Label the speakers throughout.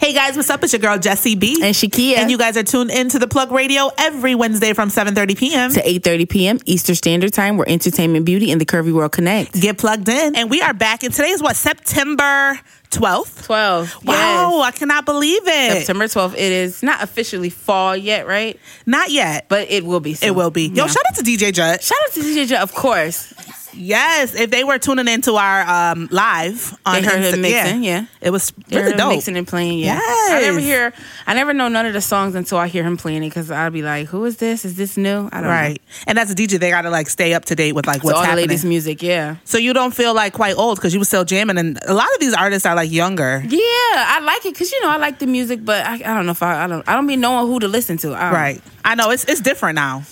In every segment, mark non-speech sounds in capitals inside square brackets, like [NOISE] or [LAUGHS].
Speaker 1: Hey guys, what's up? It's your girl Jessie B.
Speaker 2: And Shakia.
Speaker 1: And you guys are tuned in to the Plug Radio every Wednesday from 7:30 p.m.
Speaker 2: to 8:30 p.m. Eastern Standard Time, where entertainment, beauty, and the curvy world connect.
Speaker 1: Get plugged in. And we are back. And today is what September 12th.
Speaker 2: Twelve.
Speaker 1: Wow, I cannot believe it.
Speaker 2: September 12th. It is not officially fall yet, right?
Speaker 1: Not yet, but
Speaker 2: But it will be. Soon.
Speaker 1: it will be. Yo,
Speaker 2: Yeah.
Speaker 1: shout out to DJ Judd.
Speaker 2: Shout out to DJ, of course.
Speaker 1: Yes, if they were tuning into our um, live on
Speaker 2: They
Speaker 1: her,
Speaker 2: heard her
Speaker 1: Insta-
Speaker 2: mixing, yeah.
Speaker 1: it was
Speaker 2: Hear
Speaker 1: really
Speaker 2: him
Speaker 1: dope.
Speaker 2: Mixing and playing, yeah. I never
Speaker 1: Yes.
Speaker 2: hear, I never know none of the songs until I hear him playing it because I'll be like, "Who is this? Is this new?" I don't know.
Speaker 1: Right, and as a DJ, they gotta like stay up to date with like
Speaker 2: So
Speaker 1: what's
Speaker 2: all
Speaker 1: happening.
Speaker 2: the latest music, yeah.
Speaker 1: so you don't feel like quite old because you were still jamming, and a lot of these artists are like younger.
Speaker 2: Yeah, I like it because you know I like the music, but I, I don't know if I, I don't I don't be knowing who to listen to. I don't-
Speaker 1: Right, I know it's it's different now.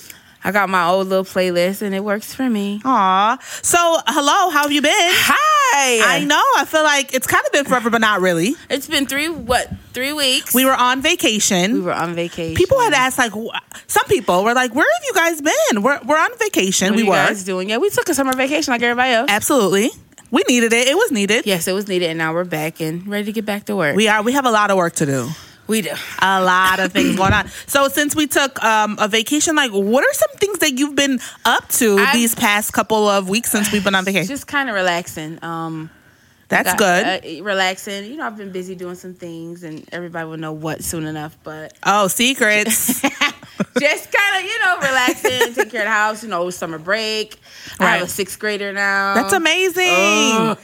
Speaker 2: I got my old little playlist and it works for me.
Speaker 1: Aw, so hello, how have you been?
Speaker 2: Hi.
Speaker 1: I know. I feel like it's kind of been forever, but not really.
Speaker 2: It's been three what three weeks.
Speaker 1: We were on vacation.
Speaker 2: we were on vacation.
Speaker 1: People had asked, like, wh- some people were like, "Where have you guys been? We're we're on vacation.
Speaker 2: what
Speaker 1: we
Speaker 2: you
Speaker 1: were
Speaker 2: guys doing? Yeah, we took a summer vacation like everybody else.
Speaker 1: absolutely. We needed it. It was needed.
Speaker 2: Yes, it was needed, and now we're back and ready to get back to work.
Speaker 1: We are. We have a lot of work to do.
Speaker 2: we do.
Speaker 1: A lot of things going on. So since we took um, a vacation, like, what are some things that you've been up to
Speaker 2: I've-
Speaker 1: these past couple of weeks since we've been on vacation?
Speaker 2: Just kind of relaxing. Um,
Speaker 1: That's good.
Speaker 2: got- uh, relaxing. You know, I've been busy doing some things, and everybody will know what soon enough. But
Speaker 1: oh,
Speaker 2: [LAUGHS]
Speaker 1: secrets.
Speaker 2: just kind of, you
Speaker 1: [LAUGHS]
Speaker 2: know, relaxing, take care of the house. You know, summer break. I
Speaker 1: Right.
Speaker 2: have a sixth grader now.
Speaker 1: That's amazing.
Speaker 2: Ugh.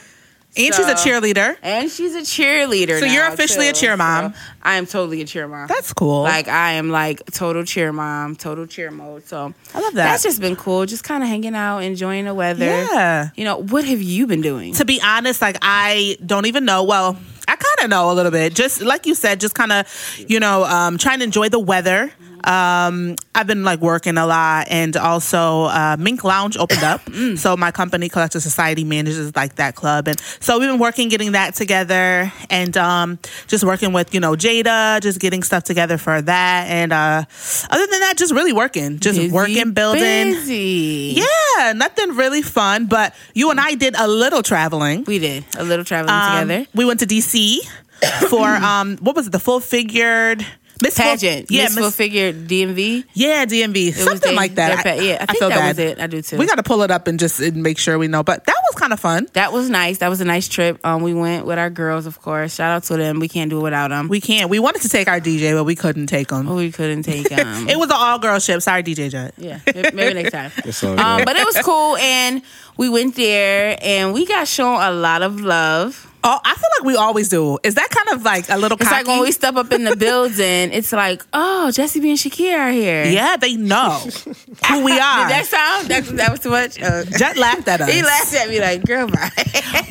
Speaker 1: and she's a
Speaker 2: Um, uh, So-
Speaker 1: cheerleader.
Speaker 2: and she's a cheerleader.
Speaker 1: So you're
Speaker 2: now,
Speaker 1: officially a
Speaker 2: too.
Speaker 1: cheer mom.
Speaker 2: So I am totally a cheer mom.
Speaker 1: That's cool.
Speaker 2: like I am like total cheer mom, total cheer mode. So
Speaker 1: I love that.
Speaker 2: that's just been cool. Just kind of hanging out, enjoying the weather.
Speaker 1: Yeah.
Speaker 2: You know, what have you been doing?
Speaker 1: to be honest, like I don't even know. Well, I kind of know a little bit. Just like you said, just kind of, you know, um, trying to enjoy the weather. Um, I've been like working a lot, and also uh, Mink Lounge opened up.
Speaker 2: [COUGHS] Mm.
Speaker 1: so my company, Collective Society, manages like that club, and so we've been working getting that together, and um, just working with you know Jada, just getting stuff together for that, and uh, other than that, just really working, just
Speaker 2: Busy,
Speaker 1: working, building.
Speaker 2: Busy.
Speaker 1: Yeah, nothing really fun, but you and I did a little traveling.
Speaker 2: We did a little traveling
Speaker 1: Um,
Speaker 2: together.
Speaker 1: We went to DC
Speaker 2: [COUGHS]
Speaker 1: for um what was it? The full figured Miss Full-
Speaker 2: Pageant.
Speaker 1: yeah,
Speaker 2: Miss Full Figure DMV.
Speaker 1: yeah, DMV,
Speaker 2: was
Speaker 1: something
Speaker 2: they-
Speaker 1: like that.
Speaker 2: their pa- yeah, I think
Speaker 1: feel
Speaker 2: that
Speaker 1: bad.
Speaker 2: was it. I do too.
Speaker 1: We got to pull it up and just and make sure we know. But that was kind of fun.
Speaker 2: That was nice. That was a nice trip. Um, we went with our girls, of course. Shout out to them. We can't do it without them. We,
Speaker 1: We can't. We wanted to take our DJ, but we couldn't take him.
Speaker 2: couldn't take
Speaker 1: [LAUGHS]
Speaker 2: them.
Speaker 1: It was an all girl ship. Sorry, DJ Judd.
Speaker 2: Oh. Yeah, may- maybe next time.
Speaker 3: all
Speaker 2: Um,
Speaker 3: good.
Speaker 2: but it was cool, and we went there, and we got shown a lot of love.
Speaker 1: Oh, I feel like we always do. Is that kind of like a little
Speaker 2: It's
Speaker 1: cocky?
Speaker 2: like when we step up in the building, it's like, oh, Jesse B and Shakira are here.
Speaker 1: yeah, they
Speaker 2: [LAUGHS]
Speaker 1: know who we are.
Speaker 2: Did [LAUGHS] that sound? That, that was too much. Uh,
Speaker 1: Judd laughed at us.
Speaker 2: he laughed at me like, girl, bye.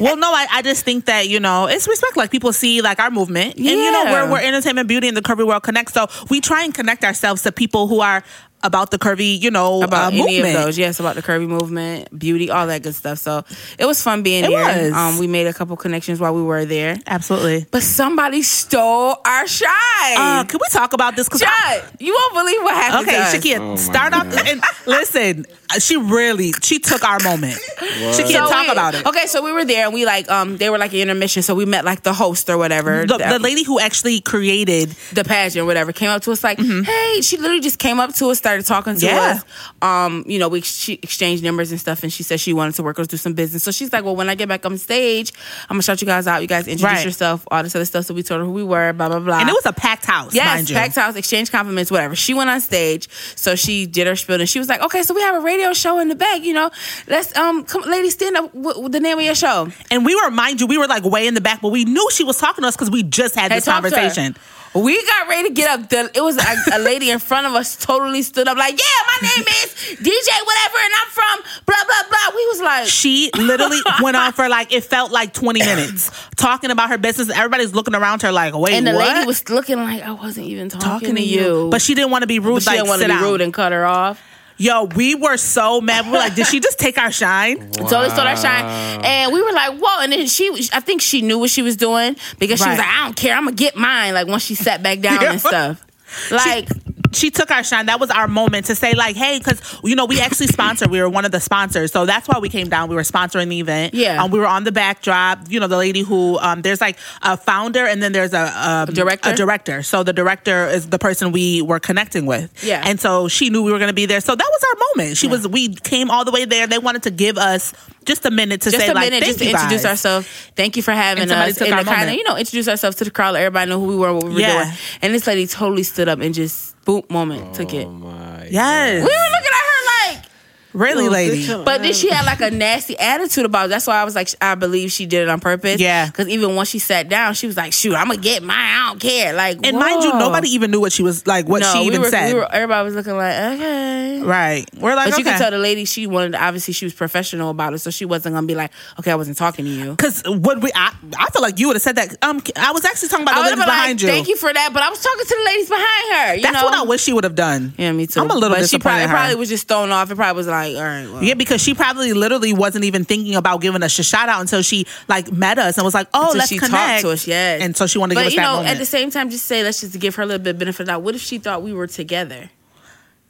Speaker 1: well, no, I, I just think that you know it's respect. Like people see like our movement, and you know
Speaker 2: Yeah.
Speaker 1: we're we're entertainment, beauty, and the curvy world connect. So we try and connect ourselves to people who are about the curvy, you know,
Speaker 2: [LAUGHS] about
Speaker 1: uh,
Speaker 2: any
Speaker 1: movement.
Speaker 2: of those. Yes, about the curvy movement, beauty, all that good stuff. So it was fun being
Speaker 1: It
Speaker 2: here.
Speaker 1: was.
Speaker 2: Um, we made a couple connections while we were there,
Speaker 1: Absolutely.
Speaker 2: but somebody stole our shine.
Speaker 1: Uh, can we talk about this? 'Cause I-
Speaker 2: Shot. You won't believe what happened.
Speaker 1: Okay,
Speaker 2: to us.
Speaker 1: Shakia,
Speaker 3: Oh my
Speaker 1: start off
Speaker 3: God.
Speaker 1: and listen. uh, She really she took our moment. Shakia,
Speaker 2: So
Speaker 1: talk
Speaker 2: we-
Speaker 1: about it.
Speaker 2: Okay, so we were there and we like um they were like an intermission, so we met like the host or whatever.
Speaker 1: The, the lady who actually created
Speaker 2: the pageant, whatever, came up to us like, "Hey!" She literally just came up to us, started talking to
Speaker 1: Mm-hmm. Yeah.
Speaker 2: us. Um, you know, we she exchanged numbers and stuff, and she said she wanted to work with us do some business. So she's like, "Well, when I get back on stage, I'm gonna shout you guys out. You guys introduce
Speaker 1: Right.
Speaker 2: yourself, all this other stuff." So we told her who we were, blah blah blah.
Speaker 1: and it was a packed house,
Speaker 2: Yes,
Speaker 1: mind you.
Speaker 2: packed house, exchange compliments, whatever. She went on stage, so she did her spiel, and she was like, "Okay, so we have a radio show in the back, you know. Let's um, come, ladies, stand up. What, what the name of your show?"
Speaker 1: And we were, mind you, we were like way in the back, but we knew she was talking to us because we just had
Speaker 2: Had
Speaker 1: this
Speaker 2: talked to her.
Speaker 1: conversation.
Speaker 2: We got ready to get up. The, it was a, a lady in front of us totally stood up, like, "Yeah, my name is DJ whatever, and I'm from blah blah blah." We was like,
Speaker 1: She [LAUGHS] literally went on for like it felt like twenty minutes talking about her business. Everybody's looking around her like, wait,
Speaker 2: and the
Speaker 1: what?
Speaker 2: lady was looking like, "I wasn't even talking,
Speaker 1: talking to you, but
Speaker 2: but she,
Speaker 1: she didn't want to be rude. like,
Speaker 2: didn't want
Speaker 1: sit
Speaker 2: to be
Speaker 1: down.
Speaker 2: rude and cut her off."
Speaker 1: Yo, we were so mad. We were like, did she just take our [LAUGHS] shine?
Speaker 2: Totally stole our shine. And we were like, whoa. And then she, I think she knew what she was doing because she
Speaker 1: Right. [LAUGHS]
Speaker 2: was like, I don't care. I'm going to get mine. Like, once she sat back down
Speaker 1: Yeah.
Speaker 2: and stuff. Like,
Speaker 1: she took our shine. That was our moment to say like, hey, because you know we actually sponsored. We were one of the sponsors, so that's why we came down. We were sponsoring the event.
Speaker 2: Yeah.
Speaker 1: um, we were on the backdrop. You know, the lady who um, there's like a founder, and then there's a, um,
Speaker 2: director?
Speaker 1: A director. So the director is the person we were connecting with.
Speaker 2: Yeah.
Speaker 1: and so she knew we were going to be there. So that was our moment. She was. We came all the way there. They wanted to give us just a minute to
Speaker 2: just
Speaker 1: say
Speaker 2: a
Speaker 1: like,
Speaker 2: minute
Speaker 1: thank
Speaker 2: just to
Speaker 1: you
Speaker 2: introduce
Speaker 1: guys.
Speaker 2: ourselves. Thank you for having
Speaker 1: And somebody
Speaker 2: us.
Speaker 1: took
Speaker 2: And
Speaker 1: our
Speaker 2: to kind of,
Speaker 1: moment.
Speaker 2: you know, introduce ourselves to the crowd. Let everybody know who we were, what we were
Speaker 1: Yeah.
Speaker 2: doing. And this lady totally stood up and just boop moment took it.
Speaker 3: Oh my.
Speaker 1: Yes.
Speaker 3: God.
Speaker 2: We were looking at her like.
Speaker 1: Really, lady.
Speaker 2: But then she had like a nasty attitude about it. That's why I was like, sh- I believe she did it on purpose.
Speaker 1: Yeah.
Speaker 2: Because even once she sat down, she was like, shoot, I'm going to get mine. I don't care. Like,
Speaker 1: And mind you,
Speaker 2: whoa.
Speaker 1: nobody even knew what she was like. What
Speaker 2: no,
Speaker 1: she
Speaker 2: we
Speaker 1: even
Speaker 2: were,
Speaker 1: said.
Speaker 2: we were- everybody was looking like, okay.
Speaker 1: Right. We're like,
Speaker 2: But
Speaker 1: okay.
Speaker 2: you could tell the lady, she wanted, to- obviously, she was professional about it. So she wasn't going to be like, okay, I wasn't talking to you.
Speaker 1: Cause what we, I, I feel like you would have said that. Um, I was actually talking about the
Speaker 2: I would've
Speaker 1: ladies
Speaker 2: been like,
Speaker 1: behind you.
Speaker 2: Thank you for that, but I was talking to the ladies behind her. You
Speaker 1: That's
Speaker 2: know?
Speaker 1: what I wish she would have done.
Speaker 2: Yeah, me too.
Speaker 1: I'm a little
Speaker 2: but she
Speaker 1: disappointed
Speaker 2: probably,
Speaker 1: in her.
Speaker 2: probably was just thrown off. It probably was like, all right, well.
Speaker 1: Yeah, because she probably literally wasn't even thinking about giving us a shout out until she like met us and was like, "Oh,
Speaker 2: Until
Speaker 1: let's
Speaker 2: she talked
Speaker 1: connect."
Speaker 2: to us, yes.
Speaker 1: And so she wanted to
Speaker 2: But
Speaker 1: give us
Speaker 2: you
Speaker 1: that
Speaker 2: know,
Speaker 1: moment.
Speaker 2: at the same time, just say let's just give her a little bit of benefit of the doubt. What if she thought we were together?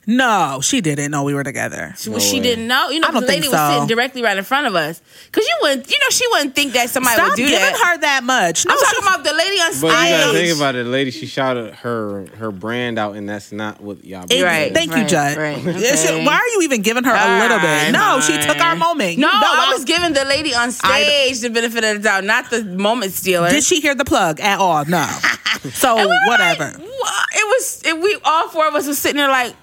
Speaker 1: no, she didn't know we were together.
Speaker 2: Well, she
Speaker 3: way.
Speaker 2: didn't know. You know,
Speaker 1: I don't
Speaker 2: the lady
Speaker 1: think
Speaker 2: was
Speaker 1: so.
Speaker 2: sitting directly right in front of us. Cause you wouldn't, you know, she wouldn't think that somebody
Speaker 1: Stop
Speaker 2: would do
Speaker 1: giving
Speaker 2: that.
Speaker 1: her that much. No,
Speaker 2: I'm
Speaker 1: she-
Speaker 2: talking about the lady on
Speaker 3: But you gotta
Speaker 2: stage.
Speaker 3: think about it, lady. She shouted her her brand out, and that's not what y'all.
Speaker 1: It-
Speaker 2: Right.
Speaker 1: Thank you,
Speaker 2: right,
Speaker 1: Judd.
Speaker 2: right,
Speaker 1: Yeah, she-
Speaker 2: okay.
Speaker 1: why are you even giving her a little bit?
Speaker 2: Fine,
Speaker 1: No, she
Speaker 2: fine.
Speaker 1: took our moment.
Speaker 2: No,
Speaker 1: you know,
Speaker 2: I was giving the lady on
Speaker 1: I-
Speaker 2: stage the benefit of the doubt, not the moment stealer.
Speaker 1: Did she hear the plug at all? No. So
Speaker 2: [LAUGHS] And we were like,
Speaker 1: whatever.
Speaker 2: "Wha-" it was. It, we all four of us was sitting there like,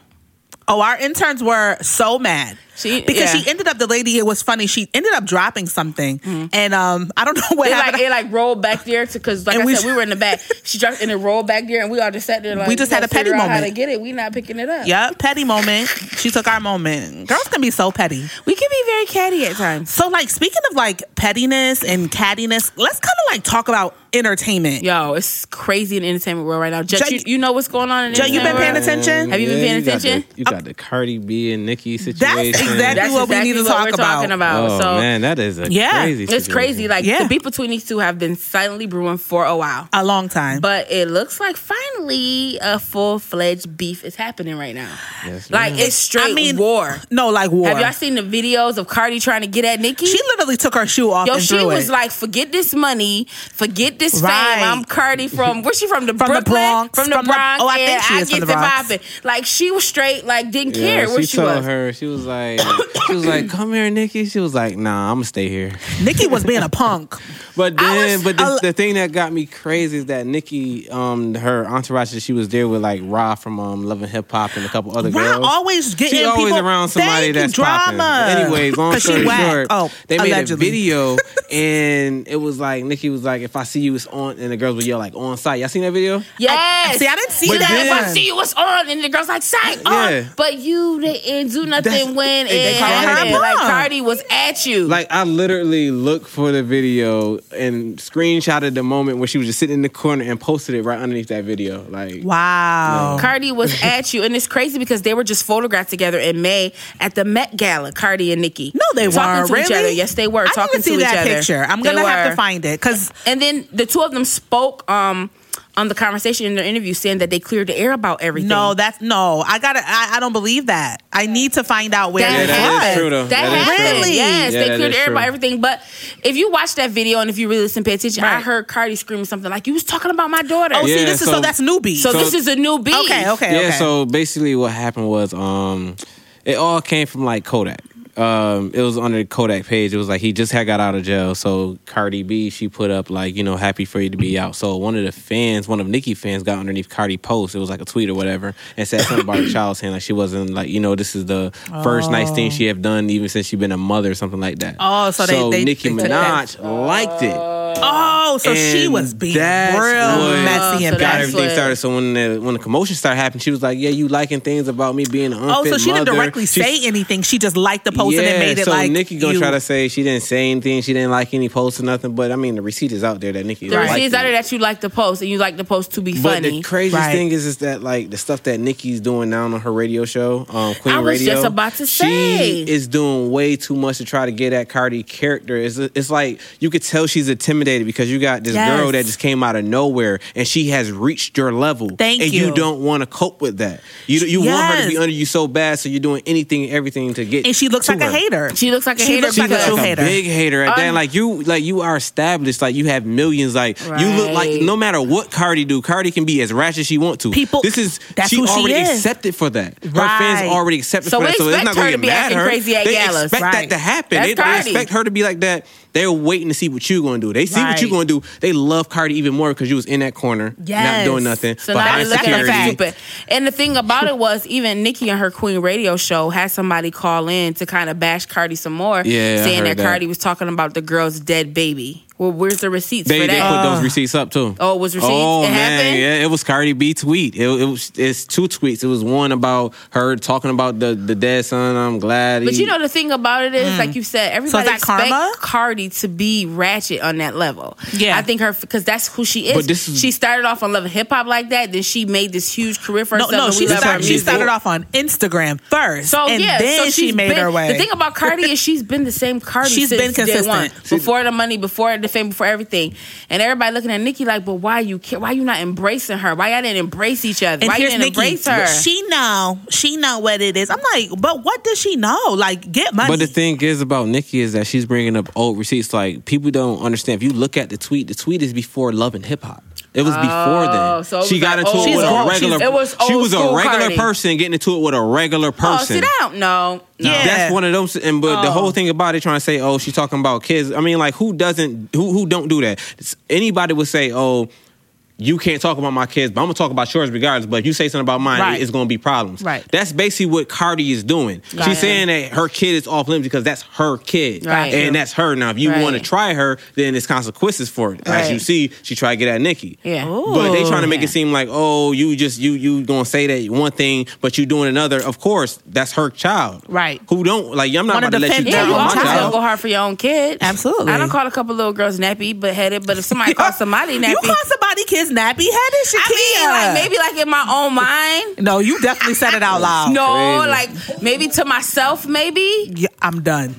Speaker 1: Oh, our interns were so mad.
Speaker 2: She-
Speaker 1: because
Speaker 2: yeah.
Speaker 1: she ended up the lady. It was funny. She ended up dropping something, and um, I don't [LAUGHS] know what
Speaker 2: it
Speaker 1: happened.
Speaker 2: like it like rolled back there because like
Speaker 1: And
Speaker 2: I
Speaker 1: we-
Speaker 2: said we were in the back. She dropped and it rolled back there and we all just sat there like
Speaker 1: We just
Speaker 2: "We
Speaker 1: had
Speaker 2: gotta
Speaker 1: a petty
Speaker 2: figure out How
Speaker 1: moment.
Speaker 2: to get it? We not picking it
Speaker 1: [LAUGHS]
Speaker 2: up.
Speaker 1: yep, petty moment. She took our moment. Girls can be so petty.
Speaker 2: we can be very catty at times.
Speaker 1: So, like, speaking of like pettiness and cattiness, let's kind of like talk about entertainment.
Speaker 2: Yo, it's crazy in the entertainment world right now. Jay,
Speaker 1: Jay-
Speaker 2: you, you know what's going on in the
Speaker 1: Jay, you been
Speaker 2: entertainment
Speaker 1: paying
Speaker 2: world?
Speaker 1: attention?
Speaker 2: Have you been paying attention?
Speaker 3: You got, the, you got the Cardi B and Nicki situation.
Speaker 1: That's exactly
Speaker 2: That's
Speaker 1: what we
Speaker 2: exactly
Speaker 1: need to
Speaker 2: what
Speaker 1: talk
Speaker 2: we're
Speaker 1: about.
Speaker 2: talking about.
Speaker 3: Oh
Speaker 2: so
Speaker 3: man, that is a
Speaker 1: Yeah.
Speaker 3: crazy.
Speaker 2: it's crazy. Like
Speaker 1: Yeah.
Speaker 2: the beef between these two have been silently brewing for a while.
Speaker 1: A long time.
Speaker 2: But it looks like finally a full fledged beef is happening right now.
Speaker 3: Yes,
Speaker 2: like
Speaker 3: ma'am.
Speaker 2: it's straight
Speaker 1: I mean,
Speaker 2: war.
Speaker 1: no, like war.
Speaker 2: Have y'all seen the videos of Cardi trying to get at Nicki?
Speaker 1: she literally took her shoe off
Speaker 2: Yo,
Speaker 1: and
Speaker 2: she
Speaker 1: threw
Speaker 2: was
Speaker 1: it.
Speaker 2: like, forget this money, forget this
Speaker 1: Right.
Speaker 2: fame. I'm Cardi from where's she from? The
Speaker 1: From the
Speaker 2: Brooklyn?
Speaker 1: Bronx,
Speaker 2: From the
Speaker 1: from the-
Speaker 2: Bronx.
Speaker 1: oh, I
Speaker 2: yeah,
Speaker 1: think she is
Speaker 2: get
Speaker 1: from the
Speaker 2: to
Speaker 1: Bronx.
Speaker 2: poppin'. Like she was straight, like didn't
Speaker 3: Yeah,
Speaker 2: care where
Speaker 3: she,
Speaker 2: she
Speaker 3: told
Speaker 2: was.
Speaker 3: her she was like she was like come here, Nikki. She was like nah, I'm gonna stay here.
Speaker 1: Nikki was [LAUGHS] being a punk.
Speaker 3: But
Speaker 1: I
Speaker 3: then,
Speaker 1: was-
Speaker 3: but the,
Speaker 1: I-
Speaker 3: the thing that got me crazy is that Nikki, um, her entourage that she was there with, like Ra from um, Love and Hip Hop and a couple other
Speaker 1: Ra
Speaker 3: girls.
Speaker 1: always getting
Speaker 3: she always
Speaker 1: people-
Speaker 3: around somebody
Speaker 1: Thank you,
Speaker 3: that's
Speaker 1: drama.
Speaker 3: popping. Anyways,
Speaker 1: [LAUGHS]
Speaker 3: long
Speaker 1: 'Cause she
Speaker 3: story
Speaker 1: whack.
Speaker 3: short,
Speaker 1: Oh,
Speaker 3: they made
Speaker 1: allegedly. [LAUGHS]
Speaker 3: a video and it was like Nikki was like, "If I see you, it's on," and the girls would yell like, "On site." Y'all seen that video?
Speaker 2: Yes.
Speaker 1: See, I didn't see
Speaker 3: But
Speaker 1: that.
Speaker 3: then-
Speaker 2: If I see you, what's on? And the girl's like, "Sign on,"
Speaker 3: Yeah.
Speaker 2: but you didn't do nothing
Speaker 3: That's-
Speaker 2: when
Speaker 3: they- they
Speaker 2: it
Speaker 3: call her
Speaker 2: happened.
Speaker 1: a
Speaker 2: Like
Speaker 1: bum.
Speaker 2: Cardi was at you.
Speaker 3: Like I literally looked for the video and screenshotted the moment where she was just sitting in the corner and posted it right underneath that video. Like,
Speaker 1: wow. [LAUGHS]
Speaker 2: Cardi was at you, and it's crazy because they were just photographed together in May at the Met Gala. Cardi and Nicki.
Speaker 1: No, they
Speaker 2: talking
Speaker 1: weren't.
Speaker 2: to
Speaker 1: really?
Speaker 2: each other. Yes, they were
Speaker 1: I
Speaker 2: talking
Speaker 1: didn't see
Speaker 2: to
Speaker 1: that
Speaker 2: each other.
Speaker 1: picture. I'm
Speaker 2: They
Speaker 1: gonna have
Speaker 2: were.
Speaker 1: to find it because
Speaker 2: And then the two of them spoke um, on the conversation in their interview, saying that they cleared the air about everything.
Speaker 1: no, that's no. I gotta. I, I don't believe that. I need to find out where
Speaker 2: That
Speaker 3: Yeah,
Speaker 1: it
Speaker 3: that
Speaker 1: was.
Speaker 3: is true though.
Speaker 2: that,
Speaker 3: is true.
Speaker 2: happened.
Speaker 1: Really?
Speaker 2: Yes,
Speaker 3: Yeah,
Speaker 2: they
Speaker 3: that
Speaker 2: cleared
Speaker 3: is
Speaker 2: the air about
Speaker 3: true.
Speaker 2: everything. But if you watch that video and if you really listen, pay attention, I
Speaker 1: Right.
Speaker 2: heard Cardi screaming something like, "You was talking about my daughter."
Speaker 1: Oh, see,
Speaker 3: Yeah,
Speaker 1: this is so,
Speaker 3: so-
Speaker 1: that's newbie.
Speaker 2: so,
Speaker 1: So,
Speaker 2: this is a new beat.
Speaker 1: okay, okay,
Speaker 3: yeah
Speaker 1: okay.
Speaker 3: so basically what happened was um it all came from like kodak um it was under the kodak page it was like he just had got out of jail so cardi b she put up like you know happy for you to be out so one of the fans one of nikki fans got underneath cardi post it was like a tweet or whatever and said
Speaker 1: [COUGHS]
Speaker 3: something about her child saying like she wasn't like you know this is the first nice thing she have done even since she been a mother or something like that
Speaker 1: Oh, so they- they-
Speaker 3: nicki
Speaker 1: they took that.
Speaker 3: minaj liked it
Speaker 1: oh, so she
Speaker 3: and
Speaker 1: was being real
Speaker 3: that's what
Speaker 1: messy and
Speaker 2: so
Speaker 3: got
Speaker 2: that's
Speaker 1: bad.
Speaker 3: everything
Speaker 2: what-
Speaker 3: started. So when the when the commotion started happening, she was like, "Yeah, you liking things about me being an unfit
Speaker 1: Oh, so she didn't
Speaker 3: mother."
Speaker 1: directly
Speaker 3: She-
Speaker 1: say anything. She just liked the post
Speaker 3: yeah,
Speaker 1: and it made it
Speaker 3: so
Speaker 1: like
Speaker 3: Nikki gonna
Speaker 1: you-
Speaker 3: try to say she didn't say anything, she didn't like any posts or nothing. But I mean, the receipt is out there that Nikki.
Speaker 2: The
Speaker 3: liked
Speaker 2: receipts
Speaker 3: it.
Speaker 2: out there that you like to post, and you like to post to be
Speaker 3: But
Speaker 2: funny.
Speaker 3: the craziest
Speaker 1: Right.
Speaker 3: thing is, is that like the stuff that Nikki's doing now on her radio show, um, Queen
Speaker 2: I was
Speaker 3: Radio.
Speaker 2: just about to
Speaker 3: she
Speaker 2: say.
Speaker 3: is doing way too much to try to get at Cardi character. It's, it's like you could tell she's intimidated because you got this
Speaker 2: Yes.
Speaker 3: girl that just came out of nowhere and she has reached your level.
Speaker 1: Thank
Speaker 3: and
Speaker 1: you.
Speaker 3: you. don't want to cope with that. You you want her to be
Speaker 1: Yes.
Speaker 3: under you so bad, so you're doing anything and everything to get.
Speaker 1: and she looks
Speaker 3: to
Speaker 1: like
Speaker 3: her.
Speaker 1: a hater.
Speaker 2: She looks like a
Speaker 1: She
Speaker 2: hater
Speaker 1: looks
Speaker 3: She
Speaker 1: like
Speaker 2: because-
Speaker 1: a true
Speaker 3: looks like
Speaker 1: hater.
Speaker 3: a big hater. And
Speaker 2: Um,
Speaker 3: then like you, like you are established. Like you have millions. Like you look like
Speaker 2: Right.
Speaker 3: no matter what Cardi do, Cardi can be as ratchet as she want to.
Speaker 1: People-
Speaker 3: this is
Speaker 1: that's
Speaker 3: she
Speaker 1: who she
Speaker 3: already
Speaker 1: is.
Speaker 3: accepted for that. Her
Speaker 1: Right.
Speaker 3: fans already accepted
Speaker 2: So
Speaker 3: for that.
Speaker 2: we
Speaker 3: So it's
Speaker 2: expect
Speaker 3: not going
Speaker 2: her to
Speaker 3: to get
Speaker 2: be
Speaker 3: mad
Speaker 2: acting
Speaker 3: at her.
Speaker 2: crazy at
Speaker 3: they
Speaker 2: galas.
Speaker 3: expect
Speaker 1: Right.
Speaker 3: that to happen.
Speaker 2: That's
Speaker 3: They, they
Speaker 2: Cardi.
Speaker 3: expect her to be like that. They're waiting to see what you going to do. They see what you
Speaker 1: Right.
Speaker 3: going to do. They love Cardi even more because you was in that corner,
Speaker 1: Yes.
Speaker 3: not doing nothing.
Speaker 2: So now
Speaker 3: behind
Speaker 2: they look at her
Speaker 3: security.
Speaker 2: stupid. And the thing about it was, even Nikki on her Queen radio show had somebody call in to kind of bash Cardi some more,
Speaker 3: Yeah, I
Speaker 2: saying
Speaker 3: heard
Speaker 2: that,
Speaker 3: that.
Speaker 2: Cardi was talking about the girl's dead baby. Well, where's the receipts
Speaker 3: They,
Speaker 2: for
Speaker 3: they
Speaker 2: that?
Speaker 3: put those receipts up too.
Speaker 2: Oh, it was receipts?
Speaker 3: Oh
Speaker 2: It
Speaker 3: man,
Speaker 2: happened?
Speaker 3: yeah, it was Cardi B tweet. It, it was it's two tweets. It was one about her talking about the the dead son. I'm glad.
Speaker 2: but
Speaker 3: he-
Speaker 2: you know the thing about it is, like you said,
Speaker 1: Mm.
Speaker 2: everybody
Speaker 1: that
Speaker 2: expect
Speaker 1: karma?
Speaker 2: Cardi to be ratchet on that level.
Speaker 1: Yeah.
Speaker 2: I think her because that's who she is.
Speaker 3: But this is-
Speaker 2: she started off on Love and Hip Hop like that, then she made this huge career for
Speaker 1: No,
Speaker 2: herself.
Speaker 1: no,
Speaker 2: and we
Speaker 1: she,
Speaker 2: love her
Speaker 1: start, she
Speaker 2: music.
Speaker 1: started off on Instagram first,
Speaker 2: So
Speaker 1: and
Speaker 2: yeah,
Speaker 1: then
Speaker 2: so
Speaker 1: she
Speaker 2: she's
Speaker 1: made
Speaker 2: been-
Speaker 1: her way.
Speaker 2: The thing about Cardi is she's been the same Cardi
Speaker 1: She's
Speaker 2: since
Speaker 1: been
Speaker 2: day
Speaker 1: consistent.
Speaker 2: one,
Speaker 1: She-
Speaker 2: before the money, before the fame, before everything. And everybody looking at Nicki like, but why you ca- why you not embracing her? Why y'all didn't embrace each other?
Speaker 1: and
Speaker 2: why you
Speaker 1: here's
Speaker 2: didn't
Speaker 1: Nikki.
Speaker 2: embrace her?
Speaker 1: She know, she know what it is. I'm like, but what does she know? Like, get money.
Speaker 3: But the thing is about Nikki is that she's bringing up old receipts. Like people don't understand. If you look at the tweet, the tweet is before Love and Hip Hop. It was before then.
Speaker 2: Oh, so it was
Speaker 3: she got
Speaker 2: like
Speaker 3: into
Speaker 2: old-
Speaker 3: it with
Speaker 1: She's
Speaker 3: a
Speaker 1: old-
Speaker 3: regular.
Speaker 2: she's- it was
Speaker 3: she
Speaker 2: old
Speaker 3: was a
Speaker 2: school
Speaker 3: regular
Speaker 2: Cardi.
Speaker 3: person getting into it with a regular
Speaker 2: oh,
Speaker 3: person.
Speaker 2: sit down. No, no.
Speaker 1: Yeah.
Speaker 3: That's one of those. And but the
Speaker 2: Oh.
Speaker 3: whole thing about it, trying to say, oh, she's talking about kids. I mean, like who doesn't? Who who don't do that? It's- Anybody would say, oh. You can't talk about my kids, but I'm gonna talk about yours regardless. But if you say something about mine,
Speaker 1: Right.
Speaker 3: it's gonna be problems.
Speaker 1: Right.
Speaker 3: That's basically what Cardi is doing.
Speaker 2: Got
Speaker 3: She's
Speaker 2: it.
Speaker 3: saying that her kid is off limits because that's her kid,
Speaker 2: Right.
Speaker 3: and that's her. Now, if you
Speaker 2: Right.
Speaker 3: want to try her, then it's consequences for it. As
Speaker 2: Right.
Speaker 3: you see, she tried to get at Nikki.
Speaker 2: Yeah. Ooh.
Speaker 3: But they trying to make
Speaker 2: Yeah.
Speaker 3: it seem like, oh, you just you you gonna say that one thing, but you doing another. Of course, that's her child.
Speaker 1: Right.
Speaker 3: Who don't like I'm not
Speaker 1: Wanna
Speaker 3: about to let you
Speaker 1: defend Girl,
Speaker 2: Yeah,
Speaker 3: down
Speaker 2: you
Speaker 1: my
Speaker 2: always gotta
Speaker 1: child.
Speaker 2: go hard for your own kid.
Speaker 1: Absolutely.
Speaker 2: I don't call a couple little girls nappy, but headed. But
Speaker 1: [LAUGHS]
Speaker 2: if somebody calls somebody nappy,
Speaker 1: you call somebody kids nappy headed, Shakia.
Speaker 2: I mean, like maybe like in my own mind.
Speaker 1: No, you definitely said it out loud.
Speaker 2: No,
Speaker 3: crazy.
Speaker 2: like maybe to myself, maybe.
Speaker 1: Yeah, I'm done.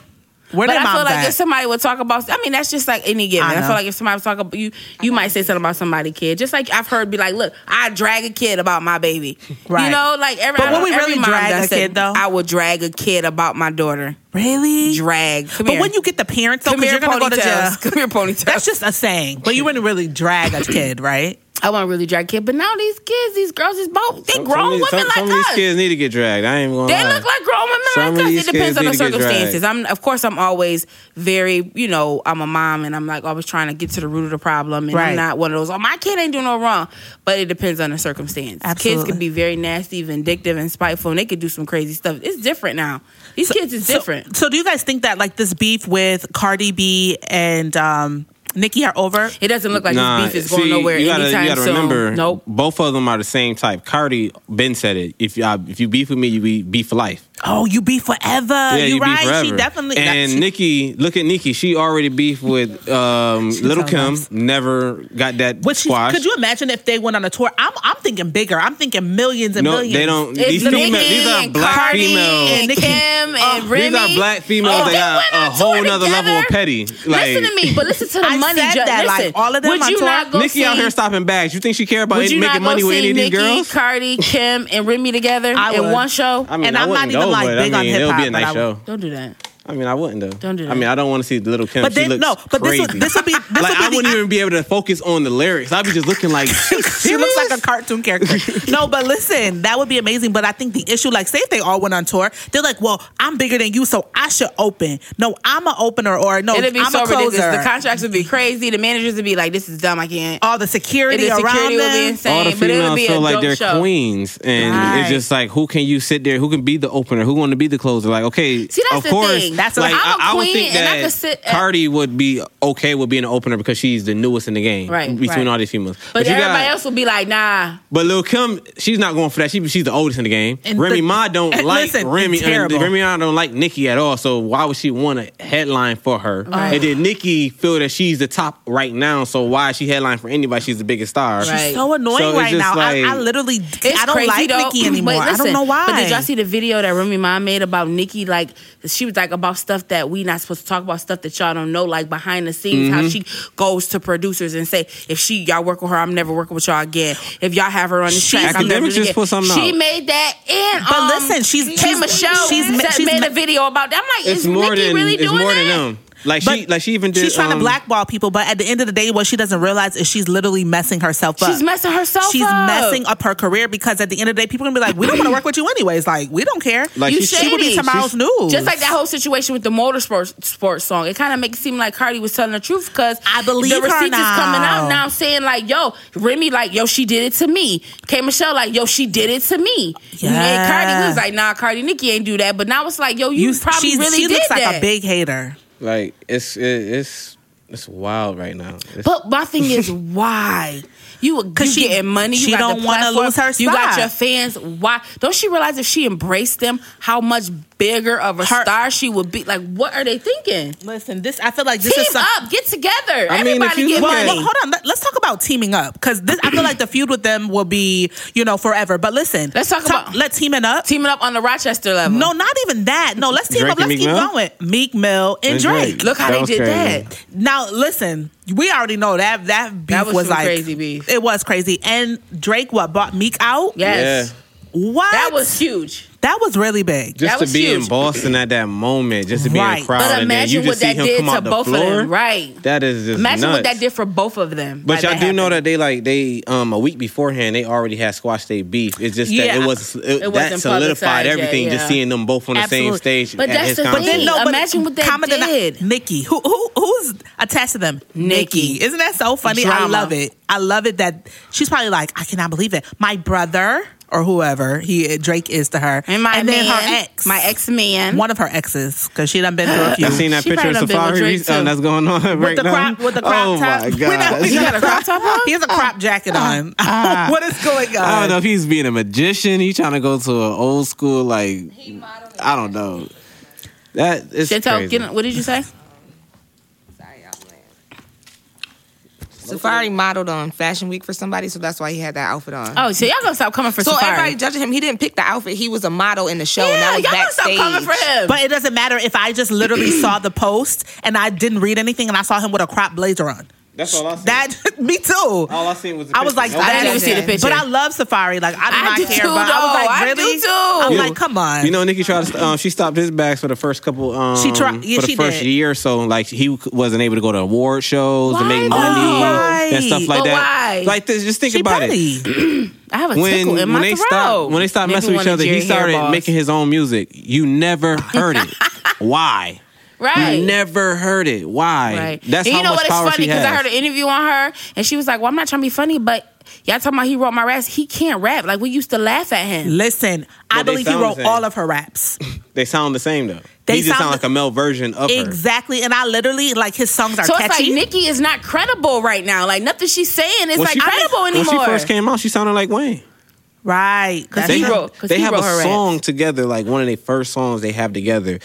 Speaker 1: Where
Speaker 2: But
Speaker 1: did
Speaker 2: I
Speaker 1: mom
Speaker 2: feel like
Speaker 1: at?
Speaker 2: if somebody would talk about, I mean, that's just like any given.
Speaker 1: I
Speaker 2: I,
Speaker 1: know.
Speaker 2: feel like if somebody was talking about you, you might say something about somebody kid. Just like I've heard, be like, look, I drag a kid about my baby.
Speaker 1: Right.
Speaker 2: You know, like every.
Speaker 1: But
Speaker 2: I
Speaker 1: would
Speaker 2: know
Speaker 1: we
Speaker 2: every
Speaker 1: really
Speaker 2: mom
Speaker 1: drag
Speaker 2: done
Speaker 1: a
Speaker 2: said,
Speaker 1: kid, though?
Speaker 2: I would drag a kid about my daughter.
Speaker 1: really?
Speaker 2: Drag. Come
Speaker 1: but
Speaker 2: here.
Speaker 1: when you get the parents, though,
Speaker 2: come
Speaker 1: 'cause
Speaker 2: here,
Speaker 1: you're gonna go to jail.
Speaker 2: ponytails. [LAUGHS] Come here, ponytails.
Speaker 1: That's just a saying. But you wouldn't really drag a kid, right?
Speaker 2: I want to really drag a kid, but now these kids, these girls, is both they
Speaker 3: Some-
Speaker 2: grown
Speaker 3: some of
Speaker 2: women
Speaker 3: these- some,
Speaker 2: like
Speaker 3: some of
Speaker 2: us.
Speaker 3: these kids need to get dragged. I ain't gonna.
Speaker 2: They
Speaker 3: lie.
Speaker 2: look like grown women
Speaker 3: Some of
Speaker 2: like us.
Speaker 3: these
Speaker 2: It depends
Speaker 3: kids
Speaker 2: on the
Speaker 3: need to get
Speaker 2: circumstances.
Speaker 3: dragged.
Speaker 2: I'm of course I'm always very, you know, I'm a mom and I'm like always trying to get to the root of the problem and
Speaker 1: Right.
Speaker 2: I'm not one of those, oh my kid ain't doing no wrong. But it depends on the circumstance. Kids
Speaker 1: Absolutely.
Speaker 2: can be very nasty, vindictive and spiteful and they could do some crazy stuff. It's different now. These kids is
Speaker 1: So-
Speaker 2: different.
Speaker 1: So, do you guys think that like this beef with Cardi B and um, Nicki are over?
Speaker 2: It doesn't look like
Speaker 3: Nah,
Speaker 2: this beef is going
Speaker 3: see,
Speaker 2: nowhere
Speaker 3: you gotta,
Speaker 2: anytime
Speaker 3: you gotta
Speaker 2: soon.
Speaker 3: Remember,
Speaker 2: nope.
Speaker 3: Both of them are the same type. Cardi Ben said it. If you if you beef with me, you be beef for life.
Speaker 1: Oh, you be forever.
Speaker 3: yeah,
Speaker 1: you
Speaker 3: you
Speaker 1: right.
Speaker 3: Be forever.
Speaker 1: She definitely that-
Speaker 3: And
Speaker 1: she-
Speaker 3: Nikki, look at Nikki. She already beefed with um, Little
Speaker 1: so
Speaker 3: Kim.
Speaker 1: nice.
Speaker 3: Never got that
Speaker 1: But she,
Speaker 3: squash.
Speaker 1: could you imagine if they went on a tour? I'm I'm thinking bigger. I'm thinking millions and
Speaker 3: no,
Speaker 1: millions.
Speaker 3: they don't.
Speaker 2: It's
Speaker 3: These,
Speaker 2: Nicki
Speaker 3: female, these are
Speaker 2: and
Speaker 3: black
Speaker 2: Cardi
Speaker 3: females.
Speaker 2: and
Speaker 3: [LAUGHS]
Speaker 1: Nicki.
Speaker 2: Kim and Remy.
Speaker 3: These are black females.
Speaker 2: Oh,
Speaker 3: they
Speaker 2: they
Speaker 3: got
Speaker 2: went
Speaker 3: a
Speaker 2: on
Speaker 3: whole
Speaker 2: tour
Speaker 3: nother
Speaker 2: together?
Speaker 3: level of petty. Like,
Speaker 2: listen to me, but listen to
Speaker 1: [LAUGHS]
Speaker 2: the
Speaker 1: I
Speaker 2: money.
Speaker 1: said
Speaker 2: ju-
Speaker 1: that,
Speaker 2: listen,
Speaker 1: like, all of them
Speaker 2: would
Speaker 1: on
Speaker 2: you
Speaker 1: tour?
Speaker 2: not go
Speaker 3: Nikki
Speaker 2: see,
Speaker 3: out here stopping bags. You think she care about
Speaker 2: Would you not
Speaker 3: making
Speaker 2: go
Speaker 3: money with
Speaker 2: see
Speaker 3: any of these
Speaker 2: Nicki,
Speaker 3: girls?
Speaker 2: Cardi, Kim, and Remy together
Speaker 1: I
Speaker 2: in
Speaker 1: would.
Speaker 2: one show?
Speaker 3: I mean,
Speaker 1: And
Speaker 3: I
Speaker 1: I'm not
Speaker 3: wouldn't
Speaker 1: even,
Speaker 3: go,
Speaker 1: like,
Speaker 3: but,
Speaker 1: big
Speaker 3: I
Speaker 1: on
Speaker 3: mean, it'll be a
Speaker 1: hip-hop, but I
Speaker 3: nice show.
Speaker 2: Don't do that.
Speaker 3: I mean, I wouldn't though.
Speaker 2: Don't do
Speaker 3: I
Speaker 2: that.
Speaker 3: mean, I don't want to see Little Kim.
Speaker 1: But
Speaker 3: she
Speaker 1: then
Speaker 3: looks
Speaker 1: no. But this
Speaker 3: crazy.
Speaker 1: will this will be this
Speaker 3: like I
Speaker 1: will be
Speaker 3: wouldn't
Speaker 1: the,
Speaker 3: even be able to focus on the lyrics. I'd be just
Speaker 2: [LAUGHS]
Speaker 3: looking
Speaker 1: [LAUGHS]
Speaker 3: like
Speaker 1: she looks like a cartoon character.
Speaker 3: [LAUGHS]
Speaker 1: no, but listen, that would be amazing. But I think the issue, like, say if they all went on tour, they're like, "Well, I'm bigger than you, so I should open." No, I'm a opener, or no,
Speaker 2: It'd be
Speaker 1: Oh, I'm
Speaker 2: so
Speaker 1: a closer.
Speaker 2: ridiculous. The contracts would be crazy. The managers would be like, "This is dumb. I can't."
Speaker 1: all the security,
Speaker 2: And the security
Speaker 1: around
Speaker 2: would be
Speaker 1: them.
Speaker 2: insane.
Speaker 3: all the
Speaker 2: Same, but it'll
Speaker 3: females
Speaker 2: be a
Speaker 3: feel like
Speaker 2: dope
Speaker 3: they're
Speaker 2: show.
Speaker 3: queens, and
Speaker 1: Right.
Speaker 3: it's just like who can you sit there? Who can be the opener? Who want to be the closer? Like okay,
Speaker 2: See, that's
Speaker 3: of
Speaker 2: the
Speaker 3: course,
Speaker 2: thing.
Speaker 1: That's
Speaker 3: like
Speaker 1: like-
Speaker 2: I'm a
Speaker 3: I- I would
Speaker 2: queen,
Speaker 3: think
Speaker 2: and I
Speaker 3: that
Speaker 2: could sit at-
Speaker 3: Cardi would be okay with being an opener because she's the newest in the game,
Speaker 2: Right,
Speaker 3: Between
Speaker 2: right.
Speaker 3: all these females,
Speaker 2: But,
Speaker 3: you
Speaker 2: everybody
Speaker 3: got-
Speaker 2: else would be like, "Nah."
Speaker 3: But Lil Kim, she's not going for that. She, she's the oldest in the game.
Speaker 1: And
Speaker 3: Remy
Speaker 1: the-
Speaker 2: [LAUGHS]
Speaker 3: Ma don't
Speaker 1: and
Speaker 3: like
Speaker 1: listen,
Speaker 3: Remy.
Speaker 1: it's
Speaker 3: And
Speaker 1: terrible.
Speaker 3: Remy Ma don't like Nikki at all. So why would she want a headline for her?
Speaker 2: Right.
Speaker 3: And then Nikki feel that she's the top right now. So why is she headline for anybody? She's the biggest star.
Speaker 2: Right.
Speaker 1: So annoying
Speaker 3: So it's
Speaker 1: right
Speaker 3: just
Speaker 1: now.
Speaker 3: like-
Speaker 1: I, I literally
Speaker 2: It's
Speaker 1: I don't
Speaker 2: crazy
Speaker 1: like
Speaker 2: though.
Speaker 1: Nikki anymore.
Speaker 2: [LAUGHS] But
Speaker 1: I don't
Speaker 2: listen,
Speaker 1: know why.
Speaker 2: But did y'all see the video that Remy Ma made about Nikki? Like she was like, about stuff that we not supposed to talk about, stuff that y'all don't know, like behind the scenes,
Speaker 1: Mm-hmm.
Speaker 2: how she goes to producers and say, if she y'all work with her, I'm never working with y'all again. If y'all have her on the track, I'm never
Speaker 3: Academics just
Speaker 2: again.
Speaker 3: put something
Speaker 2: She
Speaker 3: out.
Speaker 2: made that and
Speaker 1: But
Speaker 2: um,
Speaker 1: listen, she's-
Speaker 2: K
Speaker 1: she's-
Speaker 2: Michelle
Speaker 1: she's ma-
Speaker 2: said-
Speaker 1: she's
Speaker 2: made
Speaker 1: ma-
Speaker 2: a video about that. I'm like,
Speaker 3: It's
Speaker 2: is
Speaker 3: more
Speaker 2: Nikki
Speaker 3: than
Speaker 2: really
Speaker 3: it's
Speaker 2: doing
Speaker 3: more
Speaker 2: that?
Speaker 3: than them. Like she like she even did.
Speaker 1: she's trying
Speaker 3: um,
Speaker 1: to blackball people, but at the end of the day, what she doesn't realize is she's literally messing herself up.
Speaker 2: She's messing herself
Speaker 1: She's
Speaker 2: up.
Speaker 1: messing up her career because at the end of the day, people are gonna be like, "We don't want to work with you anyways." Like, we don't care.
Speaker 3: Like,
Speaker 2: You
Speaker 3: she's-
Speaker 1: she would be
Speaker 2: shady.
Speaker 1: tomorrow's
Speaker 3: She's-
Speaker 1: news.
Speaker 2: Just like that whole situation with the motorsports sports song, it kind of makes it seem like Cardi was telling the truth because
Speaker 1: I believe
Speaker 2: the
Speaker 1: her
Speaker 2: receipts
Speaker 1: now.
Speaker 2: is coming out now, saying like, "Yo, Remy, like, yo, she did it to me." K Michelle, like, yo, she did it to me.
Speaker 1: Yeah.
Speaker 2: And Cardi was like, "Nah, Cardi, Nicki ain't do that." But now it's like, yo, you, probably
Speaker 1: she's-
Speaker 2: really
Speaker 1: she
Speaker 2: did
Speaker 1: looks
Speaker 2: that.
Speaker 1: like a big hater.
Speaker 3: like it's it, it's it's wild right now. It's-
Speaker 2: But my
Speaker 1: [LAUGHS]
Speaker 2: thing is, why? You, you
Speaker 1: she-
Speaker 2: getting money. You
Speaker 1: she
Speaker 2: got the
Speaker 1: don't wanna
Speaker 2: platform,
Speaker 1: lose her
Speaker 2: You got
Speaker 1: spot.
Speaker 2: your fans. Why don't she realize if she embraced them, how much bigger of a
Speaker 1: Her-
Speaker 2: star she would be? Like, what are they thinking?
Speaker 1: Listen, this I feel like this
Speaker 2: Team
Speaker 1: is some-
Speaker 2: up, get together.
Speaker 3: I mean, if
Speaker 2: Everybody
Speaker 3: you
Speaker 2: get
Speaker 3: look
Speaker 2: money.
Speaker 3: at-
Speaker 1: Well, hold on. Let, us talk about teaming up because this. I feel like the feud with them will be, you know, forever. But listen,
Speaker 2: Let's talk about-
Speaker 1: let teaming up.
Speaker 2: Teaming up on the Rochester level.
Speaker 1: no, not even that. No, let's team
Speaker 3: Drake
Speaker 1: up.
Speaker 3: and
Speaker 1: Let's
Speaker 3: Meek
Speaker 1: keep
Speaker 3: Mill?
Speaker 1: going. Meek Mill and,
Speaker 3: And
Speaker 1: Drake.
Speaker 3: Drake.
Speaker 2: look how
Speaker 3: That
Speaker 2: they
Speaker 3: was
Speaker 2: did
Speaker 3: crazy.
Speaker 2: that.
Speaker 1: Now listen, we already know that that beef
Speaker 2: That was some
Speaker 1: like
Speaker 2: crazy beef.
Speaker 1: It was crazy, and Drake what bought Meek out?
Speaker 2: Yes,
Speaker 3: Yeah.
Speaker 1: what?
Speaker 2: that was huge.
Speaker 1: that was really big.
Speaker 3: just
Speaker 2: That
Speaker 3: to
Speaker 2: was
Speaker 3: be in
Speaker 2: huge.
Speaker 3: Boston at that moment, just to be in
Speaker 1: Right.
Speaker 3: a crowd,
Speaker 2: But
Speaker 3: and then you
Speaker 2: imagine
Speaker 3: just
Speaker 2: what
Speaker 3: see
Speaker 2: that
Speaker 3: him
Speaker 2: did
Speaker 3: come
Speaker 2: to
Speaker 3: out the
Speaker 2: both of
Speaker 3: floor,
Speaker 2: them. Right.
Speaker 3: That is just
Speaker 2: Imagine what
Speaker 3: nuts.
Speaker 2: that did for both of them.
Speaker 3: But
Speaker 2: by
Speaker 3: y'all do know
Speaker 2: happening.
Speaker 3: that they like they um a week beforehand they already had squashed their beef. It's just
Speaker 1: Yeah.
Speaker 3: that it was it,
Speaker 2: wasn't
Speaker 3: that
Speaker 2: publicized
Speaker 3: solidified
Speaker 2: yet,
Speaker 3: everything.
Speaker 2: yeah.
Speaker 3: Just seeing them both on the same
Speaker 1: Absolutely.
Speaker 3: stage.
Speaker 2: But
Speaker 3: at
Speaker 2: that's
Speaker 3: his
Speaker 2: the
Speaker 3: concert.
Speaker 2: thing. Imagine what that
Speaker 1: Common deni-
Speaker 2: did.
Speaker 1: Nikki, who who who's attached to them?
Speaker 2: Nikki.
Speaker 1: Isn't that so funny? I
Speaker 2: Drama.
Speaker 1: love it. I love it that she's probably like, I cannot believe it. My brother or whoever he Drake is to her,
Speaker 2: and my
Speaker 1: then
Speaker 2: man,
Speaker 1: her ex,
Speaker 2: my ex man,
Speaker 1: one of her exes, because she done been through
Speaker 3: [LAUGHS]
Speaker 1: a few.
Speaker 3: I seen that
Speaker 2: She
Speaker 3: picture
Speaker 2: probably done
Speaker 3: of
Speaker 2: been with
Speaker 3: Safari
Speaker 2: Drake,
Speaker 3: recently,
Speaker 2: too.
Speaker 3: that's going on right
Speaker 1: the
Speaker 3: now.
Speaker 1: crop, with the crop
Speaker 2: [LAUGHS]
Speaker 3: oh
Speaker 1: top.
Speaker 3: my
Speaker 1: We're not-
Speaker 3: god!
Speaker 1: we
Speaker 2: got
Speaker 1: not-
Speaker 2: a crop top [LAUGHS] on?
Speaker 1: He has a crop jacket
Speaker 2: Ah,
Speaker 1: on. [LAUGHS] what is going on?
Speaker 3: I don't know if he's being a magician. He trying to go to an old school like I don't know. That is
Speaker 2: Chantel,
Speaker 3: crazy.
Speaker 2: get, in- what did you say?
Speaker 4: Sorry, I'm late. Safari modeled on Fashion Week for somebody, so that's why he had that outfit on.
Speaker 2: Oh, so y'all gonna stop coming for
Speaker 4: so
Speaker 2: Safari? Oh,
Speaker 4: everybody judging him. He didn't pick the outfit. He was a model in the show. and
Speaker 2: yeah,
Speaker 4: that
Speaker 2: y'all
Speaker 4: was
Speaker 2: gonna stop
Speaker 4: backstage.
Speaker 2: coming for him?
Speaker 1: But it doesn't matter if I just literally [CLEARS THROAT] saw the post and I didn't read anything and I saw him with a crop blazer on.
Speaker 3: That's all I seen.
Speaker 1: That [LAUGHS] me too.
Speaker 3: all I seen was.
Speaker 1: I was like,
Speaker 2: I didn't even
Speaker 1: that-
Speaker 2: see the picture.
Speaker 1: But I love Safari. Like I do
Speaker 2: I
Speaker 1: not
Speaker 2: do
Speaker 1: care.
Speaker 2: too,
Speaker 1: but I was like,
Speaker 2: though. I do
Speaker 1: really?
Speaker 2: too.
Speaker 1: I'm
Speaker 2: You-
Speaker 1: like, come on.
Speaker 3: You know, Nikki tried. To, um, she stopped his bags for the first couple. Um,
Speaker 1: She tried- yeah,
Speaker 3: for the
Speaker 1: she
Speaker 3: first
Speaker 1: did.
Speaker 3: year or so. Like he wasn't able to go to award shows and
Speaker 2: Why
Speaker 3: make
Speaker 2: though?
Speaker 3: money
Speaker 1: Right.
Speaker 3: and stuff like
Speaker 2: But
Speaker 3: that.
Speaker 2: why?
Speaker 3: Like this, just think
Speaker 1: she
Speaker 3: about it.
Speaker 1: petty.
Speaker 3: [CLEARS THROAT]
Speaker 2: I have a
Speaker 3: When
Speaker 2: tickle in my
Speaker 3: when they
Speaker 2: throat.
Speaker 3: stopped when they stopped
Speaker 2: Maybe
Speaker 3: messing with
Speaker 2: one
Speaker 3: each
Speaker 2: of
Speaker 3: other, he
Speaker 2: Jerry
Speaker 3: started
Speaker 2: Hairballs.
Speaker 3: making his own music.
Speaker 2: [LAUGHS]
Speaker 3: You never heard it. Why?
Speaker 2: right.
Speaker 3: You never heard it. Why?
Speaker 2: Right.
Speaker 3: That's
Speaker 2: and
Speaker 3: how
Speaker 2: you know
Speaker 3: much
Speaker 2: what? It's
Speaker 3: power
Speaker 2: funny
Speaker 3: she
Speaker 2: because
Speaker 3: has.
Speaker 2: I heard an interview on her, and she was like, "Well, I'm not trying to be funny, but y'all talking about he wrote my raps. He can't rap. Like we used to laugh at him.
Speaker 1: Listen, I
Speaker 3: But they
Speaker 1: believe he
Speaker 3: sound the
Speaker 1: wrote
Speaker 3: same.
Speaker 1: all of her raps.
Speaker 3: they sound the same though.
Speaker 1: They
Speaker 3: They just
Speaker 1: sound
Speaker 3: sound like
Speaker 1: the-
Speaker 3: a male version of her.
Speaker 1: Exactly. And I literally like his songs are
Speaker 2: So it's
Speaker 1: catchy.
Speaker 2: like Nikki is not credible right now. Like nothing she's saying is
Speaker 3: When
Speaker 2: like
Speaker 3: she-
Speaker 2: credible
Speaker 3: when
Speaker 2: anymore.
Speaker 3: she first came out, she sounded like Wayne.
Speaker 1: right. That's
Speaker 2: he
Speaker 1: true.
Speaker 2: wrote- 'cause
Speaker 3: they
Speaker 2: he
Speaker 3: have
Speaker 2: wrote
Speaker 3: a
Speaker 2: her raps.
Speaker 3: song together, like one of their first songs they have together.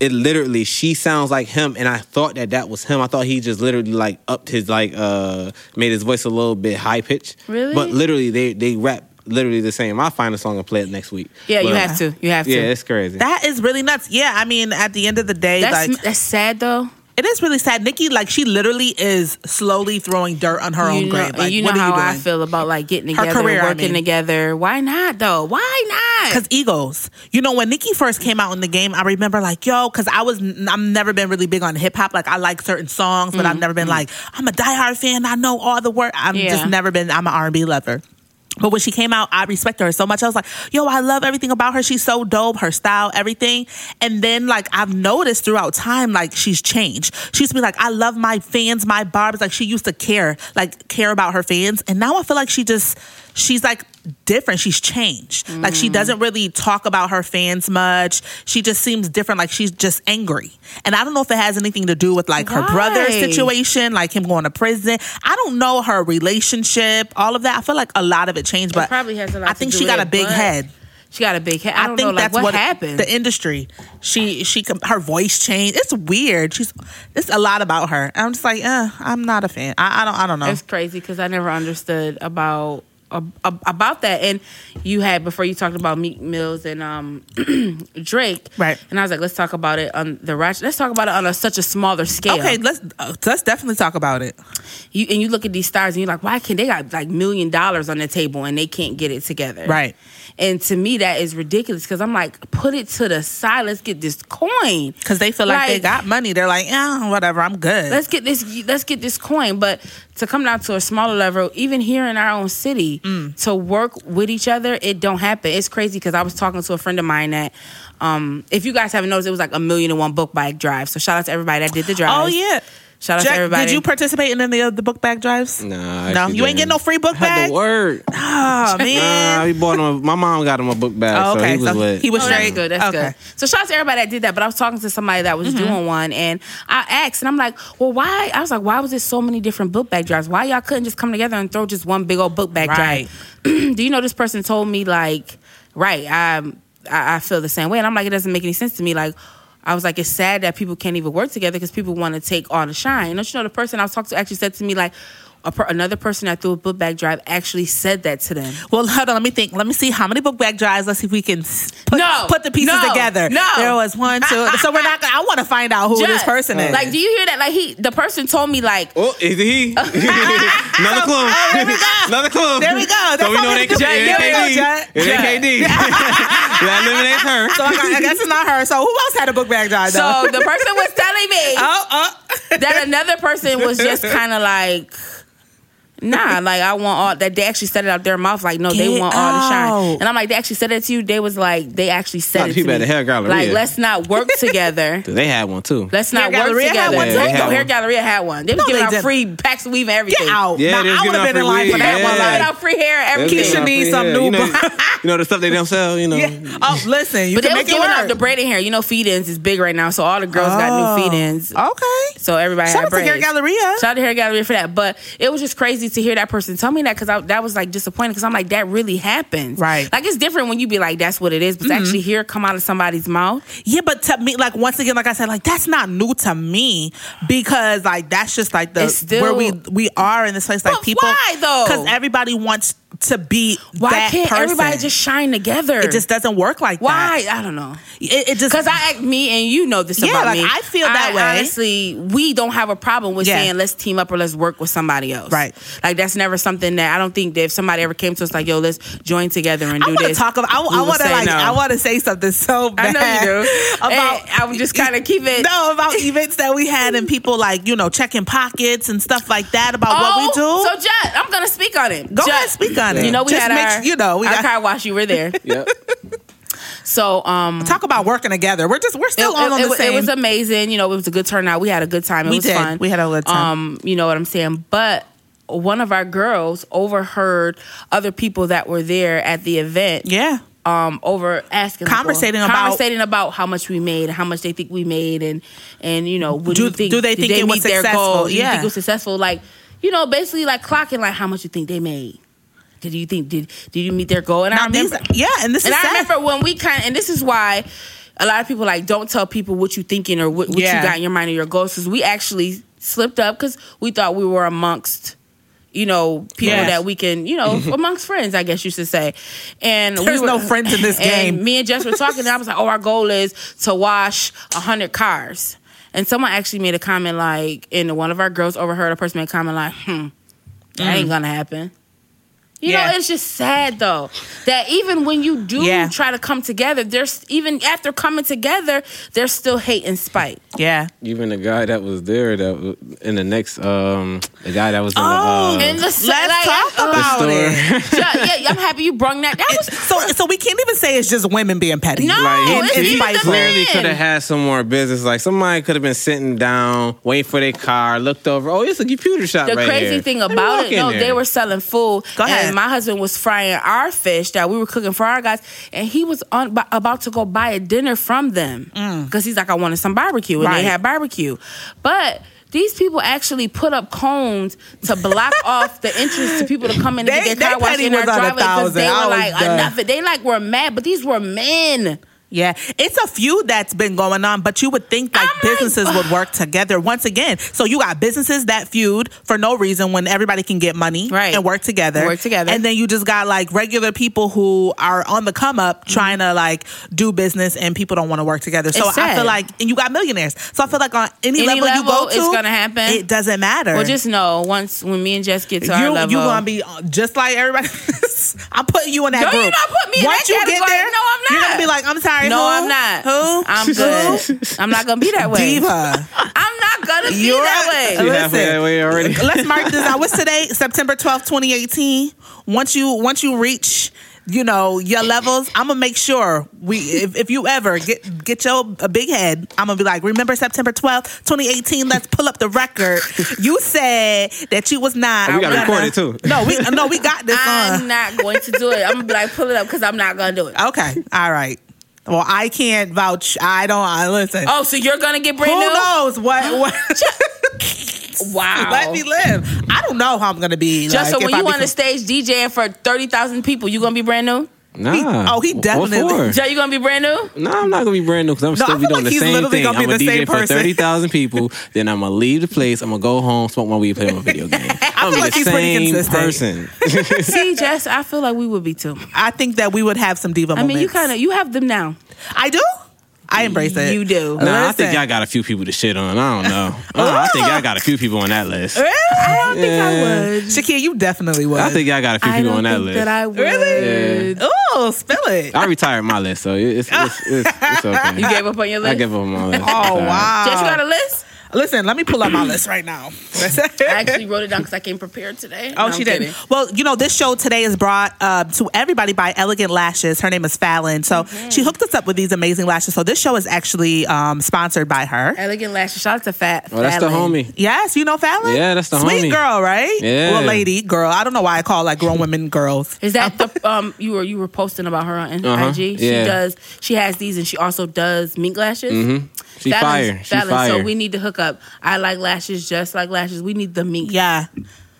Speaker 3: It literally, she sounds like him, and I thought that that was him. I thought he just literally like upped his like uh made his voice a little bit high pitched.
Speaker 2: Really?
Speaker 3: But literally, they they rap literally the same. I'll find a song and play it next week.
Speaker 2: yeah, you
Speaker 3: But-
Speaker 2: have to. You have to.
Speaker 3: Yeah, it's crazy.
Speaker 1: That is really nuts. Yeah, I mean, at the end of the day,
Speaker 2: that's
Speaker 1: like
Speaker 2: that's sad though.
Speaker 1: it is really sad. Nikki, like she literally is slowly throwing dirt on her own
Speaker 2: you know,
Speaker 1: grave.
Speaker 2: and
Speaker 1: Like,
Speaker 2: you know
Speaker 1: what are
Speaker 2: how
Speaker 1: you doing?
Speaker 2: I feel about like getting
Speaker 1: Her
Speaker 2: together,
Speaker 1: career, I
Speaker 2: working
Speaker 1: mean.
Speaker 2: together. Why not though? Why not?
Speaker 1: Cause egos, you know, when Nikki first came out in the game, I remember like, yo, cause I was, I've never been really big on hip hop. Like, I like certain songs, but I've never been like, I'm a diehard fan. I know all the work. I've
Speaker 2: Mm-hmm. Yeah.
Speaker 1: just never been. I'm an R and B lover. But when she came out, I respect her so much. I was like, yo, I love everything about her. She's so dope, her style, everything. And then, like, I've noticed throughout time, like, she's changed. She used to be like, I love my fans, my barbs. Like, she used to care, like, care about her fans. And now I feel like she just, she's like different. She's changed. Like, she doesn't really talk about her fans much. She just seems different. Like, she's just angry. And I don't know if it has anything to do with, like, her brother's
Speaker 2: Why?
Speaker 1: situation situation, like him going to prison. I don't know her relationship, all of that. I feel like a lot of it changed, but
Speaker 2: probably has a lot
Speaker 1: I
Speaker 2: to
Speaker 1: think
Speaker 2: do
Speaker 1: she
Speaker 2: with
Speaker 1: got
Speaker 2: it,
Speaker 1: a big
Speaker 2: but
Speaker 1: head.
Speaker 2: she got a big head. I, don't
Speaker 1: think
Speaker 2: know like
Speaker 1: that's
Speaker 2: what,
Speaker 1: what
Speaker 2: happened.
Speaker 1: The industry, she she com- her voice changed. It's weird. She's it's a lot about uh, her. I'm just like, eh, I'm not a fan. I, I don't I don't know.
Speaker 2: It's crazy because I never understood about ab- ab- about that. And you had before you talked about Meat Mills and um, [CLEARS THROAT] Drake,
Speaker 1: Right.
Speaker 2: And I was like, let's talk about it on the ratchet. Let's talk about it on a, such a smaller scale.
Speaker 1: Okay, let's uh, let's definitely talk about it.
Speaker 2: You, and you look at these stars and you're like, why can't they got like million dollars on the table and they can't get it together?
Speaker 1: Right.
Speaker 2: And to me, that is ridiculous because I'm like, put it to the side. Let's get this coin.
Speaker 1: Because they feel like, they
Speaker 2: Like-
Speaker 1: got money. They're like, yeah, whatever, I'm good.
Speaker 2: let's get this let's get this coin but to come down to a smaller level even here in our own city
Speaker 1: Mm.
Speaker 2: to work with each other it don't happen it's crazy because i was talking to a friend of mine that um, if you guys haven't noticed it was like a million and one book bag drive so shout out to everybody that did the drive
Speaker 1: oh, yeah.
Speaker 2: shout out
Speaker 1: Jack,
Speaker 2: to everybody
Speaker 1: did you participate in any of the book bag drives?
Speaker 3: Nah, I
Speaker 1: no,
Speaker 3: actually
Speaker 1: you ain't
Speaker 3: didn't.
Speaker 1: getting no free book
Speaker 3: Had
Speaker 1: bag.
Speaker 3: the word.
Speaker 1: Oh man.
Speaker 3: Nah, he bought him. a- my mom got him a book bag,
Speaker 1: Oh,
Speaker 3: so
Speaker 1: okay,
Speaker 3: he was
Speaker 1: so
Speaker 3: lit.
Speaker 1: he was
Speaker 2: Oh,
Speaker 1: straight.
Speaker 2: that's good. That's
Speaker 1: Okay. Mm-hmm.
Speaker 2: good. So shout out to everybody that did that. But I was talking to somebody that was doing one, and I asked, and I'm like, "Well, why?" I was like, "Why was there so many different book bag drives? Why y'all couldn't just come together and throw just one big old book bag
Speaker 1: Right.
Speaker 2: drive?" [CLEARS THROAT] Do you know this person told me like, "Right, I, I I feel the same way," and I'm like, "It doesn't make any sense to me." Like. I was like, it's sad that people can't even work together because people want to take all the shine. Don't you know the person I was talking to actually said to me like, a per- another person that threw a book bag drive actually said that to them.
Speaker 1: Well, hold on. Let me think. Let me see how many book bag drives. Let's see if we can s- put,
Speaker 2: No,
Speaker 1: put the pieces
Speaker 2: no,
Speaker 1: together.
Speaker 2: no.
Speaker 1: There was one,
Speaker 2: [LAUGHS]
Speaker 1: two. So we're not. gonna I want to find out who this
Speaker 2: Judge,
Speaker 1: person is.
Speaker 2: Like, do you hear that? Like, he the person told me like
Speaker 3: Oh, is he? [LAUGHS] Another clue. Another clue.
Speaker 1: There we go. That's
Speaker 3: So we
Speaker 1: all
Speaker 3: know
Speaker 1: we
Speaker 3: they
Speaker 1: can
Speaker 3: can
Speaker 1: do. There we go, Jack.
Speaker 3: It ain't KD.
Speaker 1: [LAUGHS]
Speaker 3: That eliminates her.
Speaker 1: so I, got, I guess it's not her. So who else had a book bag drive?
Speaker 2: So
Speaker 1: Though?
Speaker 2: the person was telling
Speaker 1: [LAUGHS]
Speaker 2: me
Speaker 1: oh, oh.
Speaker 2: that another person was
Speaker 1: [LAUGHS]
Speaker 2: just kind of like, nah, like I want all that. They actually said it out their mouth, like no, they
Speaker 1: Get
Speaker 2: want all the shine.
Speaker 1: out.
Speaker 2: And I'm like, they actually said it to you. They was like, they actually said
Speaker 3: Not
Speaker 2: it
Speaker 3: the people
Speaker 2: to
Speaker 3: at
Speaker 2: me.
Speaker 3: the Hair Galleria.
Speaker 2: Like, let's
Speaker 1: [LAUGHS]
Speaker 2: not work together.
Speaker 3: They had one too.
Speaker 2: Let's not
Speaker 1: Hair
Speaker 2: work
Speaker 1: Galleria had
Speaker 2: together.
Speaker 1: one
Speaker 3: Yeah, they too? had
Speaker 2: no, Hair
Speaker 3: one.
Speaker 2: Galleria had one. They was
Speaker 1: No,
Speaker 2: giving
Speaker 1: they
Speaker 2: out
Speaker 1: didn't.
Speaker 2: free packs of weave and everything.
Speaker 1: Get out.
Speaker 3: Yeah,
Speaker 1: Now,
Speaker 3: they was
Speaker 1: I
Speaker 3: giving
Speaker 1: would have
Speaker 3: out
Speaker 1: been in
Speaker 3: free
Speaker 1: line for
Speaker 3: weed.
Speaker 1: that
Speaker 3: Yeah.
Speaker 1: one.
Speaker 2: Giving
Speaker 1: Like,
Speaker 2: out free hair,
Speaker 3: They was
Speaker 1: Keisha
Speaker 2: everything.
Speaker 3: giving out
Speaker 1: needs
Speaker 3: free
Speaker 1: some
Speaker 3: hair.
Speaker 1: new
Speaker 3: You know,
Speaker 1: books.
Speaker 3: [LAUGHS] you know the stuff they don't sell. You
Speaker 1: [LAUGHS]
Speaker 3: know.
Speaker 1: yeah. Oh, listen. You
Speaker 2: But they
Speaker 1: can
Speaker 2: was
Speaker 1: make it
Speaker 2: giving out
Speaker 1: work.
Speaker 2: the braided hair. You know, feed-ins is big right now, so all the girls got new
Speaker 1: Oh.
Speaker 2: feed-ins.
Speaker 1: Okay.
Speaker 2: So everybody
Speaker 1: Shout
Speaker 2: had
Speaker 1: out to Hair
Speaker 2: braids.
Speaker 1: Galleria.
Speaker 2: Shout out to Hair Gallery for that. But it was just crazy to hear that person tell me that because that was like disappointing because I'm like, that really happens.
Speaker 1: Right. Mm-hmm.
Speaker 2: Like it's different when you be like, that's what it is, but to actually hear it come out of somebody's mouth.
Speaker 1: Yeah, but to me, like once again, like I said, like that's not new to me because like that's just like the
Speaker 2: It's still-
Speaker 1: where we we are in this place. Like
Speaker 2: But
Speaker 1: people,
Speaker 2: why, though?
Speaker 1: Because everybody wants to be
Speaker 2: Why
Speaker 1: that
Speaker 2: can't
Speaker 1: person.
Speaker 2: everybody just shine together?
Speaker 1: it just doesn't work like that.
Speaker 2: why? I don't know.
Speaker 1: It, it just
Speaker 2: Because I act me and you know this
Speaker 1: Yeah,
Speaker 2: about
Speaker 1: like,
Speaker 2: me.
Speaker 1: I feel that way.
Speaker 2: Honestly, we don't have a problem with
Speaker 1: Yeah.
Speaker 2: saying let's team up or let's work with somebody else.
Speaker 1: Right.
Speaker 2: Like that's never something that I don't think that if somebody ever came to us like, yo, let's join together and
Speaker 1: I
Speaker 2: do
Speaker 1: want to
Speaker 2: this.
Speaker 1: talk about. I,
Speaker 2: we would
Speaker 1: want to
Speaker 2: say
Speaker 1: like.
Speaker 2: no.
Speaker 1: I want to say something so
Speaker 2: [LAUGHS] I
Speaker 1: bad.
Speaker 2: know you do.
Speaker 1: [LAUGHS] About
Speaker 2: And I would just kind of keep it.
Speaker 1: no about events that we had and people like you know checking pockets and stuff like that about what we do.
Speaker 2: Oh, So, Judd, I'm gonna speak on it.
Speaker 1: Go
Speaker 2: Judd,
Speaker 1: ahead and speak on it.
Speaker 2: You know, we
Speaker 1: Just
Speaker 2: had
Speaker 1: make-
Speaker 2: our,
Speaker 1: you know, we
Speaker 2: our
Speaker 1: got-
Speaker 2: car wash. You
Speaker 1: [LAUGHS]
Speaker 2: were there,
Speaker 3: Yep.
Speaker 2: so um,
Speaker 1: Talk about working together. We're just we're
Speaker 2: it,
Speaker 1: still all
Speaker 2: it-
Speaker 1: on
Speaker 2: it
Speaker 1: the
Speaker 2: was- it
Speaker 1: same.
Speaker 2: was amazing. You know, it was a good turnout. We had a good time. It
Speaker 1: We
Speaker 2: was
Speaker 1: did.
Speaker 2: fun.
Speaker 1: We had a good time.
Speaker 2: Um, you know what I'm saying? But one of our girls overheard other people that were there at the event.
Speaker 1: yeah.
Speaker 2: um, over asking,
Speaker 1: Conversating
Speaker 2: people,
Speaker 1: about-
Speaker 2: conversating about how much we made, how much they think we made, and and you know, what do,
Speaker 1: Do-
Speaker 2: you think?
Speaker 1: do they
Speaker 2: did
Speaker 1: think it was
Speaker 2: meet their
Speaker 1: successful?
Speaker 2: goals? Do you think
Speaker 1: Yeah.
Speaker 2: it was successful? Like, you know, basically like clocking, like how much you think they made. Did you think did did you meet their goal? And I
Speaker 1: Now these,
Speaker 2: remember,
Speaker 1: yeah, and this
Speaker 2: and
Speaker 1: is
Speaker 2: I
Speaker 1: sad.
Speaker 2: remember when we kind of, and this is why a lot of people like don't tell people what you thinking or what, what
Speaker 1: Yeah.
Speaker 2: you got in your mind or your goals. Because we actually slipped up because we thought we were amongst. You know, people
Speaker 1: Yes.
Speaker 2: that we can,
Speaker 1: [LAUGHS]
Speaker 2: you know, amongst friends, I guess you should say. And
Speaker 1: There's no friends in this
Speaker 2: [LAUGHS] and
Speaker 1: game.
Speaker 2: Me and Jess were talking, and I was like, "Oh, our goal is to wash hundred cars." And someone actually made a comment like, and one of our girls overheard a person make a comment like, "Hmm, that ain't gonna happen." You
Speaker 1: Mm. Yeah.
Speaker 2: know, it's just sad though that even when you do
Speaker 1: Yeah.
Speaker 2: try to come together, there's even after coming together, there's still hate and spite.
Speaker 1: Yeah.
Speaker 3: Even the guy that was there, that w- in the next, um, the guy that was in
Speaker 1: Oh,
Speaker 3: the, uh,
Speaker 2: And the
Speaker 1: Let's talk about it.
Speaker 2: yeah, yeah, I'm happy you brung that. That was
Speaker 1: So, so we can't even say it's just women being petty.
Speaker 2: No,
Speaker 3: Like,
Speaker 2: Oh,
Speaker 3: he-
Speaker 2: it's
Speaker 3: he
Speaker 2: even the
Speaker 3: clearly
Speaker 2: men.
Speaker 3: could have had some more business. Like somebody could have been sitting down, waiting for their car, looked over. Oh, it's a computer shop.
Speaker 2: the
Speaker 3: right
Speaker 2: crazy
Speaker 3: here.
Speaker 2: thing
Speaker 3: Let me
Speaker 2: about
Speaker 3: walk
Speaker 2: it,
Speaker 3: in
Speaker 2: no,
Speaker 3: there.
Speaker 2: they were selling food.
Speaker 1: Go ahead.
Speaker 2: And my husband was frying our fish that we were cooking for our guys, and he was on, bu- about to go buy a dinner from them because he's like, I wanted some barbecue, and
Speaker 1: Mm. Right.
Speaker 2: they had barbecue, but. These people actually put up cones to block
Speaker 1: [LAUGHS]
Speaker 2: off the entrance to people to come in and
Speaker 1: They-
Speaker 2: get their
Speaker 1: they
Speaker 2: car washed
Speaker 1: petty
Speaker 2: in their
Speaker 1: was on a
Speaker 2: driveway because they
Speaker 1: thousand. I
Speaker 2: were
Speaker 1: was
Speaker 2: like,
Speaker 1: done.
Speaker 2: enough. of it." They like were mad, but these were men.
Speaker 1: Yeah, it's a feud that's been going on, but you would think like
Speaker 2: I'm like,
Speaker 1: businesses
Speaker 2: [SIGHS]
Speaker 1: would work together once again. So you got businesses that feud for no reason when everybody can get money
Speaker 2: Right.
Speaker 1: and work together.
Speaker 2: Work together.
Speaker 1: And then you just got like regular people who are on the come up trying to like do business and people don't want to work together. So
Speaker 2: Mm-hmm. It's
Speaker 1: I feel
Speaker 2: sad.
Speaker 1: like and you got millionaires. So I feel like on any,
Speaker 2: Any
Speaker 1: level, you
Speaker 2: level,
Speaker 1: go to
Speaker 2: it's gonna happen.
Speaker 1: It doesn't matter.
Speaker 2: Well, just know once when me and Jess get to
Speaker 1: you,
Speaker 2: our level,
Speaker 1: you gonna be uh, just like everybody. else. [LAUGHS] I'm putting you in that
Speaker 2: No,
Speaker 1: group.
Speaker 2: you're not putting me in
Speaker 1: Once
Speaker 2: that
Speaker 1: you get
Speaker 2: category.
Speaker 1: there,
Speaker 2: No, I'm
Speaker 1: You're gonna
Speaker 2: not.
Speaker 1: be like, I'm sorry.
Speaker 2: No,
Speaker 1: who?
Speaker 2: I'm not.
Speaker 1: Who?
Speaker 2: I'm good. I'm not gonna be that way.
Speaker 1: Diva.
Speaker 2: I'm not gonna be
Speaker 1: You're
Speaker 2: that
Speaker 1: a-
Speaker 2: [LAUGHS] way.
Speaker 3: You
Speaker 1: Listen.
Speaker 3: halfway that way already.
Speaker 1: [LAUGHS] Let's mark this out. What's today? September twelfth, 2018. Once you once you reach, you know, your levels, I'm gonna make sure we if, if you ever get get your a big head, I'm gonna be like, remember September twelfth, 2018, let's pull up the record. You said that you was not
Speaker 3: And we gotta
Speaker 1: I'm gonna-
Speaker 3: record it, too.
Speaker 1: No, we no, we got
Speaker 2: [LAUGHS]
Speaker 1: this on.
Speaker 2: I'm not going to do it. I'm gonna be like, pull it up because I'm not gonna do it.
Speaker 1: Okay. All right. Well, I can't vouch. I don't. I listen.
Speaker 2: Oh, so you're gonna get brand
Speaker 1: Who
Speaker 2: new?
Speaker 1: knows
Speaker 2: [GASPS]
Speaker 1: what? what
Speaker 2: Wow.
Speaker 1: let
Speaker 3: Oh.
Speaker 1: me live. I don't know how I'm gonna be. like,
Speaker 2: Just so
Speaker 1: if
Speaker 2: when
Speaker 1: I
Speaker 2: you
Speaker 1: become-
Speaker 2: on the stage DJing for thirty thousand people, you gonna be brand new?
Speaker 3: Nah.
Speaker 1: oh, he
Speaker 3: What
Speaker 1: definitely-
Speaker 3: for?
Speaker 2: Joe, you gonna be brand new?
Speaker 3: No, I'm not gonna be brand new because I'm
Speaker 1: I
Speaker 3: still be
Speaker 1: feel
Speaker 3: doing
Speaker 1: like
Speaker 3: the
Speaker 1: he's
Speaker 3: same
Speaker 1: literally
Speaker 3: thing.
Speaker 1: gonna
Speaker 3: I'm
Speaker 1: be
Speaker 3: gonna
Speaker 1: the same
Speaker 3: DJ for
Speaker 1: person.
Speaker 3: thirty thousand people, [LAUGHS] then I'm gonna leave the place. I'm gonna go home, smoke my weed, play
Speaker 1: [LAUGHS]
Speaker 3: my video game. I'm
Speaker 1: feel
Speaker 3: gonna
Speaker 1: like
Speaker 3: be
Speaker 1: he's
Speaker 3: the
Speaker 1: pretty
Speaker 3: same
Speaker 1: consistent. [LAUGHS]
Speaker 3: person.
Speaker 2: [LAUGHS] See, Jess, I feel like we would be too.
Speaker 1: I think that we would have some diva
Speaker 2: I
Speaker 1: moments.
Speaker 2: mean, you kind of you have them now.
Speaker 1: I do. I embrace it.
Speaker 2: You do.
Speaker 3: Nah, I
Speaker 1: Listen.
Speaker 3: think y'all got a few people to shit on. I don't know. Uh, I think y'all got a few people on that list.
Speaker 2: I don't
Speaker 3: Yeah.
Speaker 2: think I would.
Speaker 1: Shakir, you definitely would.
Speaker 3: I think y'all got a few
Speaker 2: I
Speaker 3: people
Speaker 2: don't
Speaker 3: on that
Speaker 2: think
Speaker 3: list.
Speaker 2: that I would.
Speaker 1: Really? Oh, spill it.
Speaker 3: I-, retired my list, so it's
Speaker 1: [LAUGHS]
Speaker 3: it's, it's, it's okay.
Speaker 2: You gave up on your list.
Speaker 3: I give up on my list.
Speaker 1: Oh
Speaker 3: Sorry.
Speaker 1: wow.
Speaker 2: Jess, you got a list?
Speaker 1: Listen, let me pull up my list right
Speaker 2: [LAUGHS]
Speaker 1: now. [LAUGHS]
Speaker 2: I
Speaker 3: [LAUGHS]
Speaker 2: actually wrote it down because I came prepared today.
Speaker 1: Oh,
Speaker 2: No,
Speaker 1: she did.
Speaker 2: I'm kidding.
Speaker 1: not Well, you know, this show today is brought uh, to everybody by Elegant Lashes. Her name is Fallon. So
Speaker 2: Mm-hmm.
Speaker 1: she hooked us up with these amazing lashes. So this show is actually um, sponsored by her.
Speaker 2: Elegant lashes. Shout out to Fat.
Speaker 3: Oh, that's the homie.
Speaker 1: Yes, you know Fallon?
Speaker 3: Yeah, that's the
Speaker 1: Sweet
Speaker 3: homie.
Speaker 1: girl, right?
Speaker 3: Yeah.
Speaker 1: Well, lady, girl. I don't know why I call like grown women girls.
Speaker 2: Is that the um you were you were posting about her on in-
Speaker 3: Uh-huh.
Speaker 2: IG? She
Speaker 3: Yeah.
Speaker 2: does. She has these, and she also does mink lashes. Mm-hmm.
Speaker 3: She fire. She fire.
Speaker 2: So we need to hook up. I like lashes, just like lashes. We need the mink.
Speaker 1: Yeah.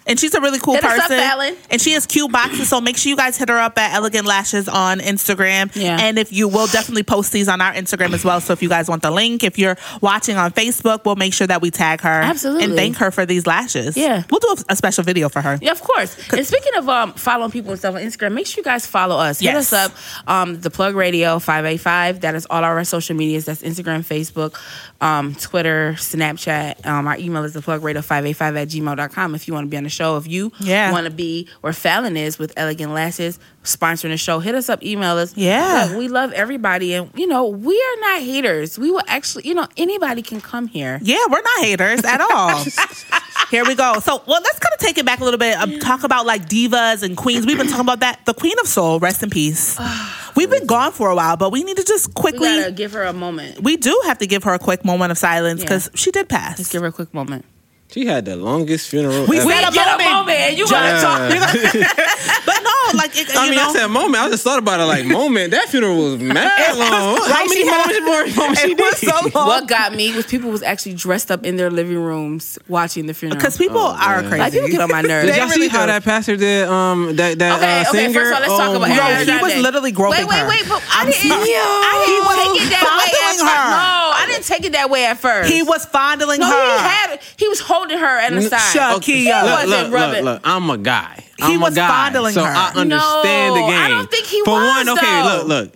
Speaker 1: And she's a really cool
Speaker 2: Hit us
Speaker 1: person.
Speaker 2: up, Fallon.
Speaker 1: And she has cute boxes. So make sure you guys hit her up at Elegant Lashes on Instagram.
Speaker 2: Yeah.
Speaker 1: And if you will definitely post these on our Instagram as well. So if you guys want the link, if you're watching on Facebook, we'll make sure that we tag her.
Speaker 2: Absolutely.
Speaker 1: And thank her for these lashes.
Speaker 2: Yeah.
Speaker 1: We'll do a, a special video for her.
Speaker 2: Yeah, of course. And speaking of um, following people and stuff on Instagram, make sure you guys follow us. Hit
Speaker 1: Yes.
Speaker 2: us up, um, the Plug Radio five eight five. That is all our social medias. That's Instagram, Facebook, um, Twitter, Snapchat. Um, our email is the Plug Radio five eight five at gmail.com If you want to be on the show, if you
Speaker 1: Yeah.
Speaker 2: want to be where Fallon is with Elegant Lashes sponsoring the show, hit us up, email us.
Speaker 1: Yeah.
Speaker 2: Look, we love everybody, and you know we are not haters. We will actually, you know, anybody can come here.
Speaker 1: Yeah, we're not haters at
Speaker 2: [LAUGHS]
Speaker 1: all. Here we go. So, well, let's kind of take it back a little bit. Um, talk about like divas and queens. We've been talking about that. The Queen of Soul, rest in
Speaker 2: [SIGHS]
Speaker 1: peace. We've been gone for a while, but we need to just
Speaker 2: We
Speaker 1: quickly.
Speaker 2: gotta give her a moment.
Speaker 1: we do have to give her a quick moment of silence
Speaker 2: Yeah.
Speaker 1: because she did pass.
Speaker 2: Let's give her a quick moment.
Speaker 3: She had the longest funeral.
Speaker 1: We
Speaker 3: ever.
Speaker 1: said
Speaker 2: Get a moment. and You gotta talk.
Speaker 1: [LAUGHS] but no, like it,
Speaker 3: I
Speaker 1: you
Speaker 3: mean,
Speaker 1: know,
Speaker 3: I said moment. I just thought about it like moment. That funeral
Speaker 2: [LAUGHS]
Speaker 3: was mad long. How
Speaker 1: Like,
Speaker 3: many
Speaker 1: she had-
Speaker 3: [LAUGHS] moments more moments
Speaker 1: [LAUGHS]
Speaker 3: she
Speaker 1: it was
Speaker 3: did?
Speaker 1: so long.
Speaker 2: [LAUGHS] What got me was people was actually dressed up in their living rooms watching the funeral.
Speaker 1: Because people are
Speaker 3: Oh, man.
Speaker 1: crazy.
Speaker 2: like people get on my nerves.
Speaker 3: Did
Speaker 1: They
Speaker 3: y'all see
Speaker 1: really
Speaker 3: how
Speaker 1: do.
Speaker 3: that pastor did? Um, that that
Speaker 2: okay,
Speaker 3: uh,
Speaker 2: okay.
Speaker 3: singer.
Speaker 2: First of all, let's talk
Speaker 3: Oh
Speaker 2: about
Speaker 3: my
Speaker 1: Ariana
Speaker 2: Ariana
Speaker 1: Grande.
Speaker 3: God.
Speaker 1: he was literally groping
Speaker 2: Wait, wait,
Speaker 1: her.
Speaker 2: wait. But I
Speaker 1: I'm
Speaker 2: didn't.
Speaker 1: sorry.
Speaker 2: I
Speaker 1: He
Speaker 2: didn't
Speaker 1: was
Speaker 2: take it that way. At
Speaker 1: fondling her.
Speaker 2: first. No, I didn't take it that way at first.
Speaker 1: he was fondling
Speaker 2: No,
Speaker 1: her.
Speaker 2: he had. He was holding her at the
Speaker 3: N-
Speaker 2: side.
Speaker 1: shut
Speaker 3: Okay,
Speaker 1: He wasn't
Speaker 3: look, look, look,
Speaker 2: rubbing.
Speaker 3: look. I'm a guy. I'm
Speaker 1: was
Speaker 3: a guy,
Speaker 1: fondling
Speaker 3: so
Speaker 1: her.
Speaker 3: I understand
Speaker 2: No,
Speaker 3: the game.
Speaker 2: I don't think he
Speaker 3: For
Speaker 2: was,
Speaker 3: one, okay,
Speaker 2: though.
Speaker 3: look, look.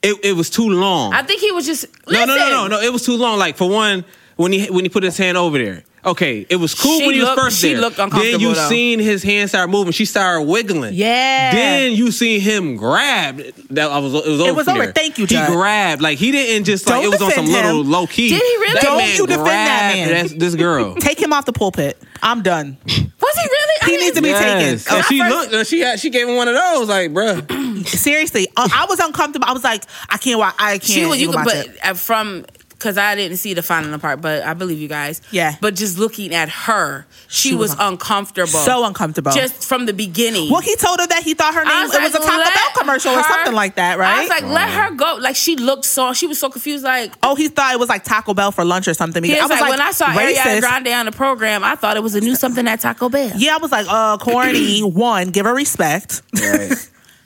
Speaker 3: It it was too long.
Speaker 2: I think he was just.
Speaker 3: no,
Speaker 2: Listen,
Speaker 3: no, no, no, no. It was too long. Like for one, when he when he put his hand over there. Okay, it was cool
Speaker 2: She
Speaker 3: when he
Speaker 2: looked-
Speaker 3: was first
Speaker 2: she
Speaker 3: there.
Speaker 2: looked
Speaker 3: Then
Speaker 2: uncomfortable,
Speaker 3: you
Speaker 2: though.
Speaker 3: seen his hand start moving. She started wiggling.
Speaker 1: Yeah.
Speaker 3: Then you seen him grab. That I was. It was over.
Speaker 1: was
Speaker 3: from
Speaker 1: over.
Speaker 3: there.
Speaker 1: Thank you,
Speaker 3: He
Speaker 1: Judd.
Speaker 3: grabbed. Like he didn't just like
Speaker 1: Don't
Speaker 3: it was on some
Speaker 1: defend
Speaker 3: little
Speaker 1: him.
Speaker 3: low key.
Speaker 2: Did he really?
Speaker 3: That
Speaker 2: Don't
Speaker 3: man
Speaker 1: you defend that
Speaker 3: grabbed
Speaker 1: man.
Speaker 3: that's- This girl.
Speaker 1: Take him off the pulpit. I'm done.
Speaker 2: [LAUGHS] Was he really? I
Speaker 1: He
Speaker 2: didn't-
Speaker 1: needs to be
Speaker 3: Yes.
Speaker 1: taken.
Speaker 3: And
Speaker 1: Oh,
Speaker 3: she
Speaker 1: I first-
Speaker 3: looked. and She had, she gave him one of those. Like, bruh.
Speaker 1: Seriously, uh, I was uncomfortable. I was like, I can't watch. I can't.
Speaker 2: She was. You
Speaker 1: even
Speaker 2: could,
Speaker 1: watch
Speaker 2: but
Speaker 1: it.
Speaker 2: uh, from because I didn't see the final part, but I believe you guys.
Speaker 1: Yeah.
Speaker 2: But just looking at her, she,
Speaker 1: She was
Speaker 2: was,
Speaker 1: un-
Speaker 2: uncomfortable.
Speaker 1: so uncomfortable.
Speaker 2: Just from the beginning.
Speaker 1: well, he told her that he thought her name
Speaker 2: I
Speaker 1: it was a Taco
Speaker 2: let
Speaker 1: Bell commercial or
Speaker 2: her-
Speaker 1: something like that, right?
Speaker 2: I was like, let her go. Like she looked so she was so confused. Like
Speaker 1: oh, he thought it was like Taco Bell for lunch or something.
Speaker 2: he
Speaker 1: I was
Speaker 2: was like, when I saw Ariana
Speaker 1: racist.
Speaker 2: Grande on the program, I thought it was a new something at Taco Bell. [CLEARS THROAT]
Speaker 1: Yeah, I was like, uh, corny. one, give her respect.
Speaker 3: Right.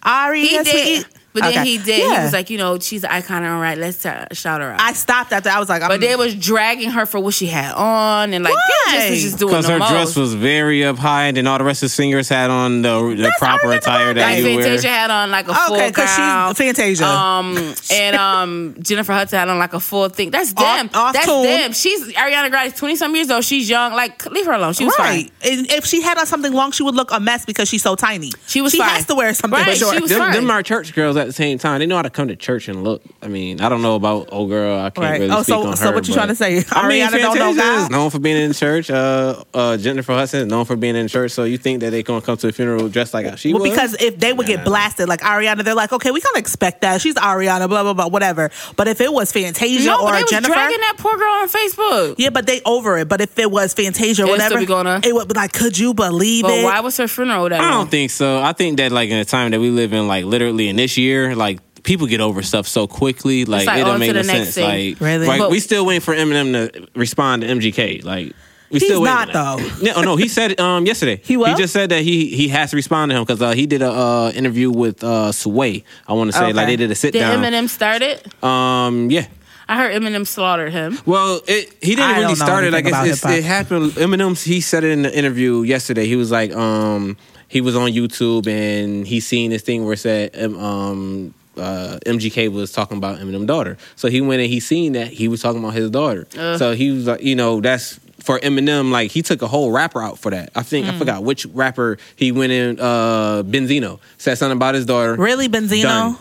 Speaker 1: Ari,
Speaker 2: He
Speaker 1: yes,
Speaker 2: did.
Speaker 1: we-
Speaker 2: But then
Speaker 1: Okay.
Speaker 2: he did. He
Speaker 1: Yeah.
Speaker 2: was like, you know, she's an icon. All right, let's uh shout her out.
Speaker 1: I stopped after. I was like, I'm,
Speaker 2: but they was dragging her for what she had on, and like they just was
Speaker 1: Why?
Speaker 2: just doing
Speaker 3: Because
Speaker 2: the
Speaker 3: her
Speaker 2: most.
Speaker 3: dress was very up high, and then all the rest of the singers had on the, the proper attire that
Speaker 2: like
Speaker 3: you wear.
Speaker 2: Fantasia had on like a full
Speaker 1: okay because
Speaker 2: gown.
Speaker 1: she's Fantasia.
Speaker 2: Um and um Jennifer Hudson had on like a full thing. That's them.
Speaker 1: off
Speaker 2: That's
Speaker 1: tune.
Speaker 2: them. She's Ariana Grande, twenty some years old. She's young. Like leave her alone. She was
Speaker 1: right.
Speaker 2: fine.
Speaker 1: And if she had on something long, she would look a mess because she's so tiny.
Speaker 2: She was
Speaker 1: She
Speaker 2: fine.
Speaker 1: has to wear something
Speaker 2: Right,
Speaker 1: short.
Speaker 2: she was
Speaker 3: them,
Speaker 2: fine.
Speaker 3: them are church girls at the same time. They know how to come to church and look. I mean, I don't know about old girl. I can't
Speaker 1: Right.
Speaker 3: really
Speaker 1: Oh,
Speaker 3: speak
Speaker 1: so-
Speaker 3: on
Speaker 1: so
Speaker 3: her,
Speaker 1: what you
Speaker 3: but-
Speaker 1: trying to say?
Speaker 3: I mean,
Speaker 1: Ariana don't know
Speaker 3: Fantasia
Speaker 1: God?
Speaker 3: is known for being in church. Uh, uh, Jennifer Hudson is known for being in church. So you think that they gonna come to a funeral dressed like how she
Speaker 1: Well,
Speaker 3: was?
Speaker 1: because if they would get blasted, like Ariana, they're like, okay, we kind of expect that. She's Ariana, blah, blah, blah, whatever. But if it was Fantasia
Speaker 2: No,
Speaker 1: or
Speaker 2: but they was
Speaker 1: Jennifer.
Speaker 2: dragging that poor girl on Facebook.
Speaker 1: yeah, but they over it. But if it was Fantasia or
Speaker 2: It'll still
Speaker 1: whatever,
Speaker 2: be going on.
Speaker 1: it would be like, could you believe
Speaker 2: But
Speaker 1: it?
Speaker 2: why was her funeral that
Speaker 3: I
Speaker 2: long?
Speaker 3: don't think so. I think that like in the time that we live in, like literally in this year, like people get over stuff so quickly. Like,
Speaker 2: like,
Speaker 3: it
Speaker 2: on
Speaker 3: don't make
Speaker 2: to
Speaker 3: no
Speaker 2: the next
Speaker 3: sense.
Speaker 2: thing.
Speaker 3: Like,
Speaker 1: Really?
Speaker 3: like
Speaker 2: But-
Speaker 3: we still waiting for Eminem to respond to MGK. Like. We
Speaker 1: He's
Speaker 3: still waiting
Speaker 1: not,
Speaker 3: on that. No, no, he said it, um yesterday.
Speaker 1: He what?
Speaker 3: He just said that he he has to respond to him because uh, he did a uh, interview with uh, Sway. I want to say
Speaker 1: Okay.
Speaker 3: like they did a sit
Speaker 2: Did
Speaker 3: down.
Speaker 2: Eminem start it?
Speaker 3: Um, yeah.
Speaker 2: I heard Eminem slaughtered him.
Speaker 3: Well, it, he didn't
Speaker 1: I
Speaker 3: really
Speaker 1: don't know
Speaker 3: start it. Like
Speaker 1: anything
Speaker 3: it's,
Speaker 1: about
Speaker 3: it's, it happened. Eminem, he said it in the interview yesterday. He was like, um, he was on YouTube and he seen this thing where it said, um, uh, MGK was talking about Eminem's daughter. So he went and he seen that he was talking about his daughter.
Speaker 1: Uh.
Speaker 3: So he was like, you know, that's for Eminem. Like he took a whole rapper out for that. I think
Speaker 1: Hmm.
Speaker 3: I forgot which rapper he went in. Uh, Benzino said something about his daughter.
Speaker 1: really, Benzino?
Speaker 3: Done.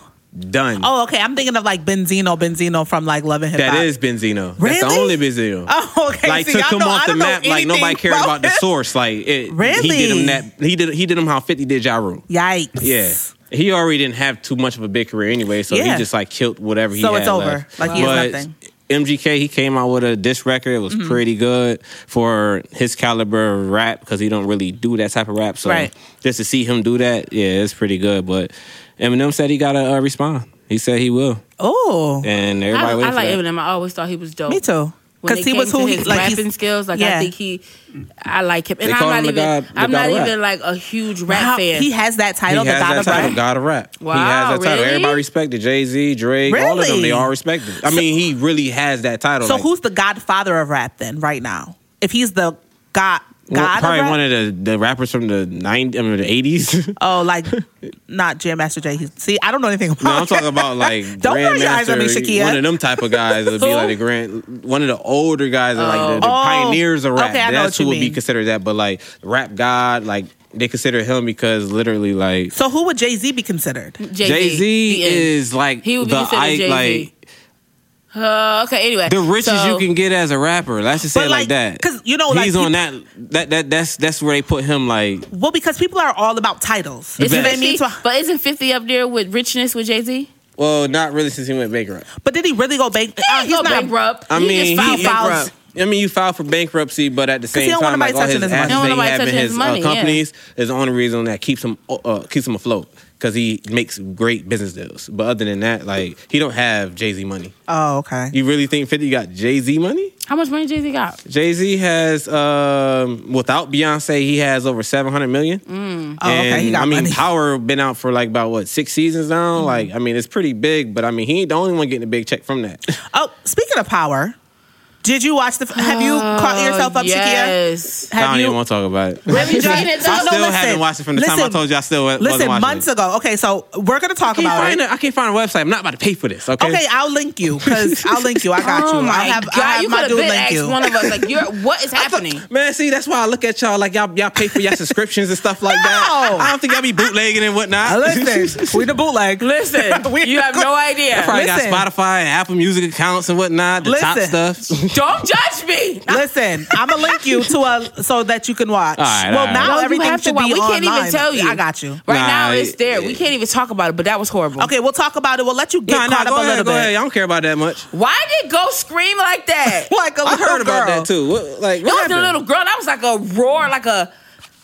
Speaker 3: Done.
Speaker 1: Oh, okay. I'm thinking of like Benzino, Benzino from like Love and Hip Hop.
Speaker 3: That is Benzino. That's
Speaker 1: Really?
Speaker 3: the only Benzino.
Speaker 1: [LAUGHS] Oh, okay.
Speaker 3: like
Speaker 1: See,
Speaker 3: took
Speaker 1: I
Speaker 3: him
Speaker 1: know- I
Speaker 3: off the
Speaker 1: don't know
Speaker 3: map. Like nobody
Speaker 1: anything
Speaker 3: cared about the
Speaker 1: it.
Speaker 3: source. Like it,
Speaker 1: Really?
Speaker 3: he did him that. He did he did him how Fifty did Ja Rule.
Speaker 1: Yikes. [SIGHS]
Speaker 3: Yeah. He already didn't have too much of a big career anyway, so
Speaker 1: Yeah.
Speaker 3: he just like killed whatever he
Speaker 1: So
Speaker 3: had.
Speaker 1: it's over.
Speaker 3: left.
Speaker 1: Like, he has
Speaker 3: But
Speaker 1: nothing. Mm-hmm.
Speaker 3: MGK, he came out with a diss record. It was pretty good for his caliber of rap because he don't really do that type of rap. So
Speaker 1: Right.
Speaker 3: just to see him do that, yeah, it's pretty good. But Eminem said he gotta uh, respond. He said he will,
Speaker 1: Oh,
Speaker 3: and
Speaker 2: I,
Speaker 3: everybody.
Speaker 2: I
Speaker 3: waited for
Speaker 2: like
Speaker 3: that.
Speaker 2: Eminem. I always thought he was dope.
Speaker 1: me too.
Speaker 2: When
Speaker 1: Because
Speaker 2: it
Speaker 1: he
Speaker 2: came
Speaker 1: was who
Speaker 2: to
Speaker 1: he
Speaker 2: his
Speaker 1: like.
Speaker 2: rapping
Speaker 1: He's,
Speaker 2: skills, like
Speaker 1: yeah.
Speaker 2: I think he, I like him, and
Speaker 3: They
Speaker 2: I'm
Speaker 3: call
Speaker 2: not
Speaker 3: him the
Speaker 2: even,
Speaker 3: God- the
Speaker 2: I'm
Speaker 3: God
Speaker 2: not
Speaker 3: of rap.
Speaker 2: even like a huge rap
Speaker 1: Wow,
Speaker 2: fan.
Speaker 1: he has that title,
Speaker 3: He
Speaker 1: the
Speaker 3: has
Speaker 1: God
Speaker 3: that
Speaker 1: of
Speaker 3: title,
Speaker 1: Rap.
Speaker 3: God of Rap.
Speaker 2: Wow,
Speaker 3: he has that title.
Speaker 2: really?
Speaker 3: Everybody respected Jay Z, Drake, all of them.
Speaker 1: Really?
Speaker 3: They all respected. I mean, he really has that title.
Speaker 1: So
Speaker 3: like,
Speaker 1: who's the godfather of rap then, right now? If he's the god, god
Speaker 3: one-
Speaker 1: of
Speaker 3: probably
Speaker 1: rap?
Speaker 3: one of the, the rappers from the nine, I mean, the eighties. [LAUGHS] no,
Speaker 1: Oh, like not Jam Master Jay. He's- See, I don't know anything about.
Speaker 3: I'm talking
Speaker 1: it.
Speaker 3: about
Speaker 1: [LAUGHS]
Speaker 3: like
Speaker 1: Don't roll your eyes at me,
Speaker 3: Grandmaster,
Speaker 1: Shakia.
Speaker 3: one of them type of guys. It would
Speaker 1: Who?
Speaker 3: be like the grand, one of the older guys, that like the, the
Speaker 1: Oh.
Speaker 3: pioneers of rap.
Speaker 1: Okay, I know
Speaker 3: That's
Speaker 1: what you
Speaker 3: who would be
Speaker 1: mean.
Speaker 3: considered that. But like rap god, like they consider him because literally like
Speaker 1: So who would Jay Z be considered?
Speaker 3: Jay Z
Speaker 2: the end.
Speaker 3: is like
Speaker 2: He would be
Speaker 3: the
Speaker 2: considered
Speaker 3: I,
Speaker 2: Jay-Z.
Speaker 3: like
Speaker 2: Uh, okay, anyway,
Speaker 3: the richest
Speaker 2: so-
Speaker 3: you can get as a rapper. Let's just say
Speaker 1: But,
Speaker 3: it
Speaker 1: like,
Speaker 3: like, that.
Speaker 1: 'cause, you know, like,
Speaker 3: he's
Speaker 1: people-
Speaker 3: on that, that that that's that's where they put him. Like
Speaker 1: Well, because people are all about titles.
Speaker 3: It's
Speaker 1: You know what I
Speaker 2: 50
Speaker 1: mean? So-
Speaker 2: but isn't Fifty up there with richness with Jay Z?
Speaker 3: well, not really since he went bankrupt.
Speaker 1: But did he really go bank? uh,
Speaker 2: He's
Speaker 1: he's
Speaker 2: go
Speaker 1: not.
Speaker 2: bankrupt.
Speaker 3: I
Speaker 2: he
Speaker 3: mean,
Speaker 2: just filed
Speaker 3: he-
Speaker 2: bankrupt.
Speaker 3: I mean, you filed for bankruptcy, but at the
Speaker 1: he
Speaker 3: same
Speaker 1: don't want
Speaker 3: time, like all
Speaker 1: nobody
Speaker 3: his
Speaker 1: touching his money.
Speaker 3: assets
Speaker 1: He don't
Speaker 2: want
Speaker 3: that he
Speaker 2: nobody
Speaker 3: have in
Speaker 2: touching
Speaker 3: his,
Speaker 2: his money,
Speaker 3: uh,
Speaker 2: yeah.
Speaker 3: companies is the only reason that keeps him uh, keeps him afloat because he makes great business deals. But other than that, like he don't have Jay Z money.
Speaker 1: Oh, okay.
Speaker 3: You really think Fifty got Jay Z money?
Speaker 2: How much money Jay Z got?
Speaker 3: Jay Z has, um, without Beyonce, he has over seven hundred million.
Speaker 1: Oh,
Speaker 3: And,
Speaker 1: okay. He got
Speaker 3: I mean,
Speaker 1: money. Mm-hmm.
Speaker 3: Power been out for like about what six seasons now. Like, I mean, it's pretty big, but I mean, he ain't the only one getting a big check from that.
Speaker 1: oh, speaking of power, did you watch the? Have you caught yourself up, Shakia?
Speaker 2: Oh, yes.
Speaker 1: Have
Speaker 3: I don't
Speaker 1: you?
Speaker 3: even want to talk about it.
Speaker 1: Have
Speaker 3: [LAUGHS]
Speaker 1: you
Speaker 2: Seen
Speaker 1: done-
Speaker 2: it, though?
Speaker 1: [LAUGHS] No,
Speaker 3: I
Speaker 1: no,
Speaker 3: still
Speaker 1: listen.
Speaker 3: haven't watched it from the time I
Speaker 1: Listen,
Speaker 3: told you. I still wa-
Speaker 1: Listen,
Speaker 3: wasn't watching
Speaker 1: months
Speaker 3: it.
Speaker 1: ago. Okay, so we're gonna talk
Speaker 3: I can't,
Speaker 1: about it.
Speaker 3: find a, I can't find a website. I'm not about to pay for this. Okay.
Speaker 1: Okay, I'll link you
Speaker 2: [LAUGHS]
Speaker 1: because I'll link you. I got
Speaker 2: oh
Speaker 1: you.
Speaker 2: my
Speaker 1: I have,
Speaker 2: god!
Speaker 1: I have
Speaker 2: you
Speaker 1: my
Speaker 2: could
Speaker 1: dude
Speaker 2: have been
Speaker 1: link
Speaker 2: asked
Speaker 1: you.
Speaker 2: one of us like, you're, what is happening?
Speaker 3: Man, see, that's why I look at y'all like y'all y'all pay
Speaker 1: [LAUGHS]
Speaker 3: for y'all subscriptions and stuff like that.
Speaker 1: No.
Speaker 3: I don't think y'all be bootlegging and whatnot.
Speaker 1: Uh,
Speaker 2: [LAUGHS]
Speaker 1: Listen, we the bootleg. [LAUGHS]
Speaker 2: Listen,
Speaker 1: We-
Speaker 2: you have [LAUGHS] no idea.
Speaker 3: [LAUGHS] Probably
Speaker 1: listen.
Speaker 3: got Spotify and Apple Music accounts and whatnot. The
Speaker 1: Listen.
Speaker 3: top stuff.
Speaker 2: Don't judge me.
Speaker 1: Listen, I'm gonna link you to a so that you can watch.
Speaker 3: All right,
Speaker 1: well,
Speaker 3: all right.
Speaker 1: now
Speaker 2: No, you
Speaker 1: everything
Speaker 2: have to
Speaker 1: should
Speaker 2: watch.
Speaker 1: be
Speaker 2: We can't
Speaker 1: online.
Speaker 2: even tell you.
Speaker 1: I got you.
Speaker 2: Right
Speaker 3: Nah,
Speaker 2: now, it's there.
Speaker 3: it-
Speaker 2: we can't even talk about it, but that was horrible.
Speaker 1: Okay, we'll talk about it. We'll let you get
Speaker 3: Nah, nah,
Speaker 1: caught up
Speaker 3: go
Speaker 1: a little
Speaker 3: ahead, go
Speaker 1: bit.
Speaker 3: ahead. I don't care about that much.
Speaker 2: Why did Go scream like that?
Speaker 4: [LAUGHS]
Speaker 1: Like a
Speaker 3: I
Speaker 1: little
Speaker 3: heard about
Speaker 1: girl.
Speaker 3: that too. What, like,
Speaker 2: It
Speaker 3: what
Speaker 2: wasn't a
Speaker 3: happened?
Speaker 2: little girl. That was like a roar, like a.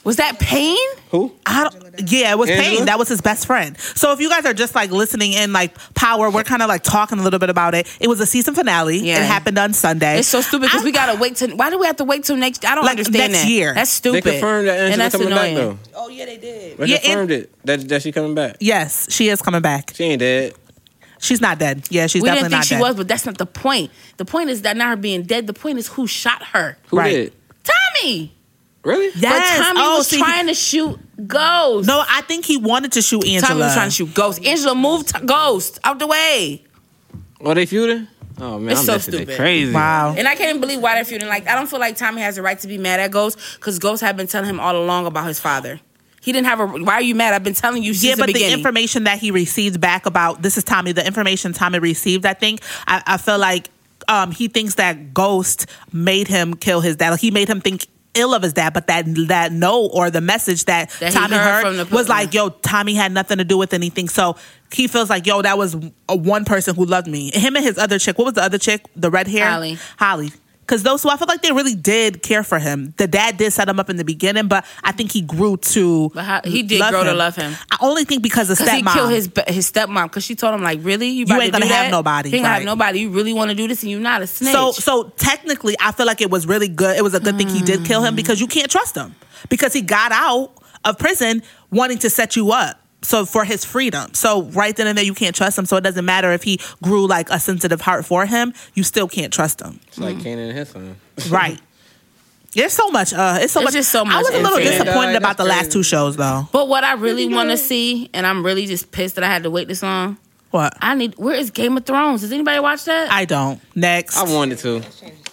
Speaker 2: Was that pain?
Speaker 3: Who?
Speaker 1: I don't, yeah, it was
Speaker 3: Angela?
Speaker 1: Payne. That was his best friend. So if you guys are just like listening in, like Power, we're kind of like talking a little bit about it. It was a season finale.
Speaker 2: Yeah.
Speaker 1: It happened on Sunday.
Speaker 2: It's so stupid because
Speaker 1: I'm-
Speaker 2: we gotta wait till. Why do we have to wait till next? I don't
Speaker 1: Like,
Speaker 2: understand
Speaker 1: next
Speaker 2: that.
Speaker 1: year.
Speaker 2: That's
Speaker 3: They
Speaker 2: stupid.
Speaker 3: confirmed that
Speaker 2: and
Speaker 3: Angela
Speaker 2: that's
Speaker 3: coming
Speaker 2: annoying.
Speaker 3: back though.
Speaker 4: Oh yeah, they did.
Speaker 3: They
Speaker 1: Yeah,
Speaker 3: confirmed it, that that she coming back.
Speaker 1: Yes, she is coming back.
Speaker 3: She ain't dead.
Speaker 1: She's not dead. Yeah, she's
Speaker 2: We
Speaker 1: definitely
Speaker 2: didn't think
Speaker 1: not
Speaker 2: she
Speaker 1: dead.
Speaker 2: was, but that's not the point. The point is that not her being dead. The point is who shot her.
Speaker 3: Who
Speaker 1: Right.
Speaker 3: did?
Speaker 2: Tommy.
Speaker 3: Really?
Speaker 1: Yes.
Speaker 2: But Tommy
Speaker 1: Oh,
Speaker 2: was
Speaker 1: see, he-
Speaker 2: trying to shoot Ghost.
Speaker 1: No, I think he wanted to shoot Angela.
Speaker 2: Tommy was trying to shoot Ghost. Angela moved t- Ghost out the way.
Speaker 3: Are they feuding? Oh man,
Speaker 2: It's
Speaker 3: I'm
Speaker 2: so
Speaker 3: missing it.
Speaker 2: stupid.
Speaker 3: Crazy.
Speaker 1: Wow.
Speaker 2: And I can't even believe why they're feuding. Like, I don't feel like Tommy has the right to be mad at Ghost because Ghost had been telling him all along about his father. He didn't have a. Why are you mad? I've been telling you since
Speaker 1: yeah,
Speaker 2: the
Speaker 1: but the,
Speaker 2: beginning.
Speaker 1: information that he received back about this is Tommy. The information Tommy received, I think, I, I feel like um, he thinks that Ghost made him kill his dad. Like, he made him think ill of his dad, but that that note or the message that,
Speaker 2: That he
Speaker 1: Tommy heard,
Speaker 2: heard from the-
Speaker 1: was like, "Yo, Tommy had nothing to do with anything." So he feels like, "Yo, that was a one person who loved me." Him and his other chick. What was the other chick? The red hair,
Speaker 2: Holly.
Speaker 1: Holly. Because those, so I feel like they really did care for him. The dad did set him up in the beginning, but I think he grew to.
Speaker 2: But how- he did grow to love him.
Speaker 1: I only think because of
Speaker 2: Cause he
Speaker 1: stepmom.
Speaker 2: killed his ba- his stepmom because she told him like, really, you, about
Speaker 1: ain't
Speaker 2: to do
Speaker 1: gonna have
Speaker 2: that?
Speaker 1: nobody,
Speaker 2: You ain't gonna have
Speaker 1: right.
Speaker 2: nobody. You really want to do this and you're not a snitch.
Speaker 1: so so technically, I feel like it was really good. It was a good thing he did kill
Speaker 2: Mm.
Speaker 1: him because you can't trust him because he got out of prison wanting to set you up. So for his freedom. So right then and there, you can't trust him. So it doesn't matter if he grew like a sensitive heart for him. You still can't trust
Speaker 2: [LAUGHS]
Speaker 1: him.
Speaker 3: It's like Canaan and his son.
Speaker 1: Right. There's so much. Uh, it's so
Speaker 2: It's
Speaker 1: much.
Speaker 2: just so much
Speaker 1: I was a little
Speaker 2: infinite.
Speaker 1: disappointed
Speaker 3: Dog,
Speaker 1: about the
Speaker 3: that's
Speaker 1: last
Speaker 3: crazy.
Speaker 1: two shows though.
Speaker 2: but what I really want to see, and I'm really just pissed that I had to wait this long.
Speaker 1: What? I,
Speaker 2: I need. Where is Game of Thrones? Does anybody watch that?
Speaker 1: don't. Next.
Speaker 3: I wanted to.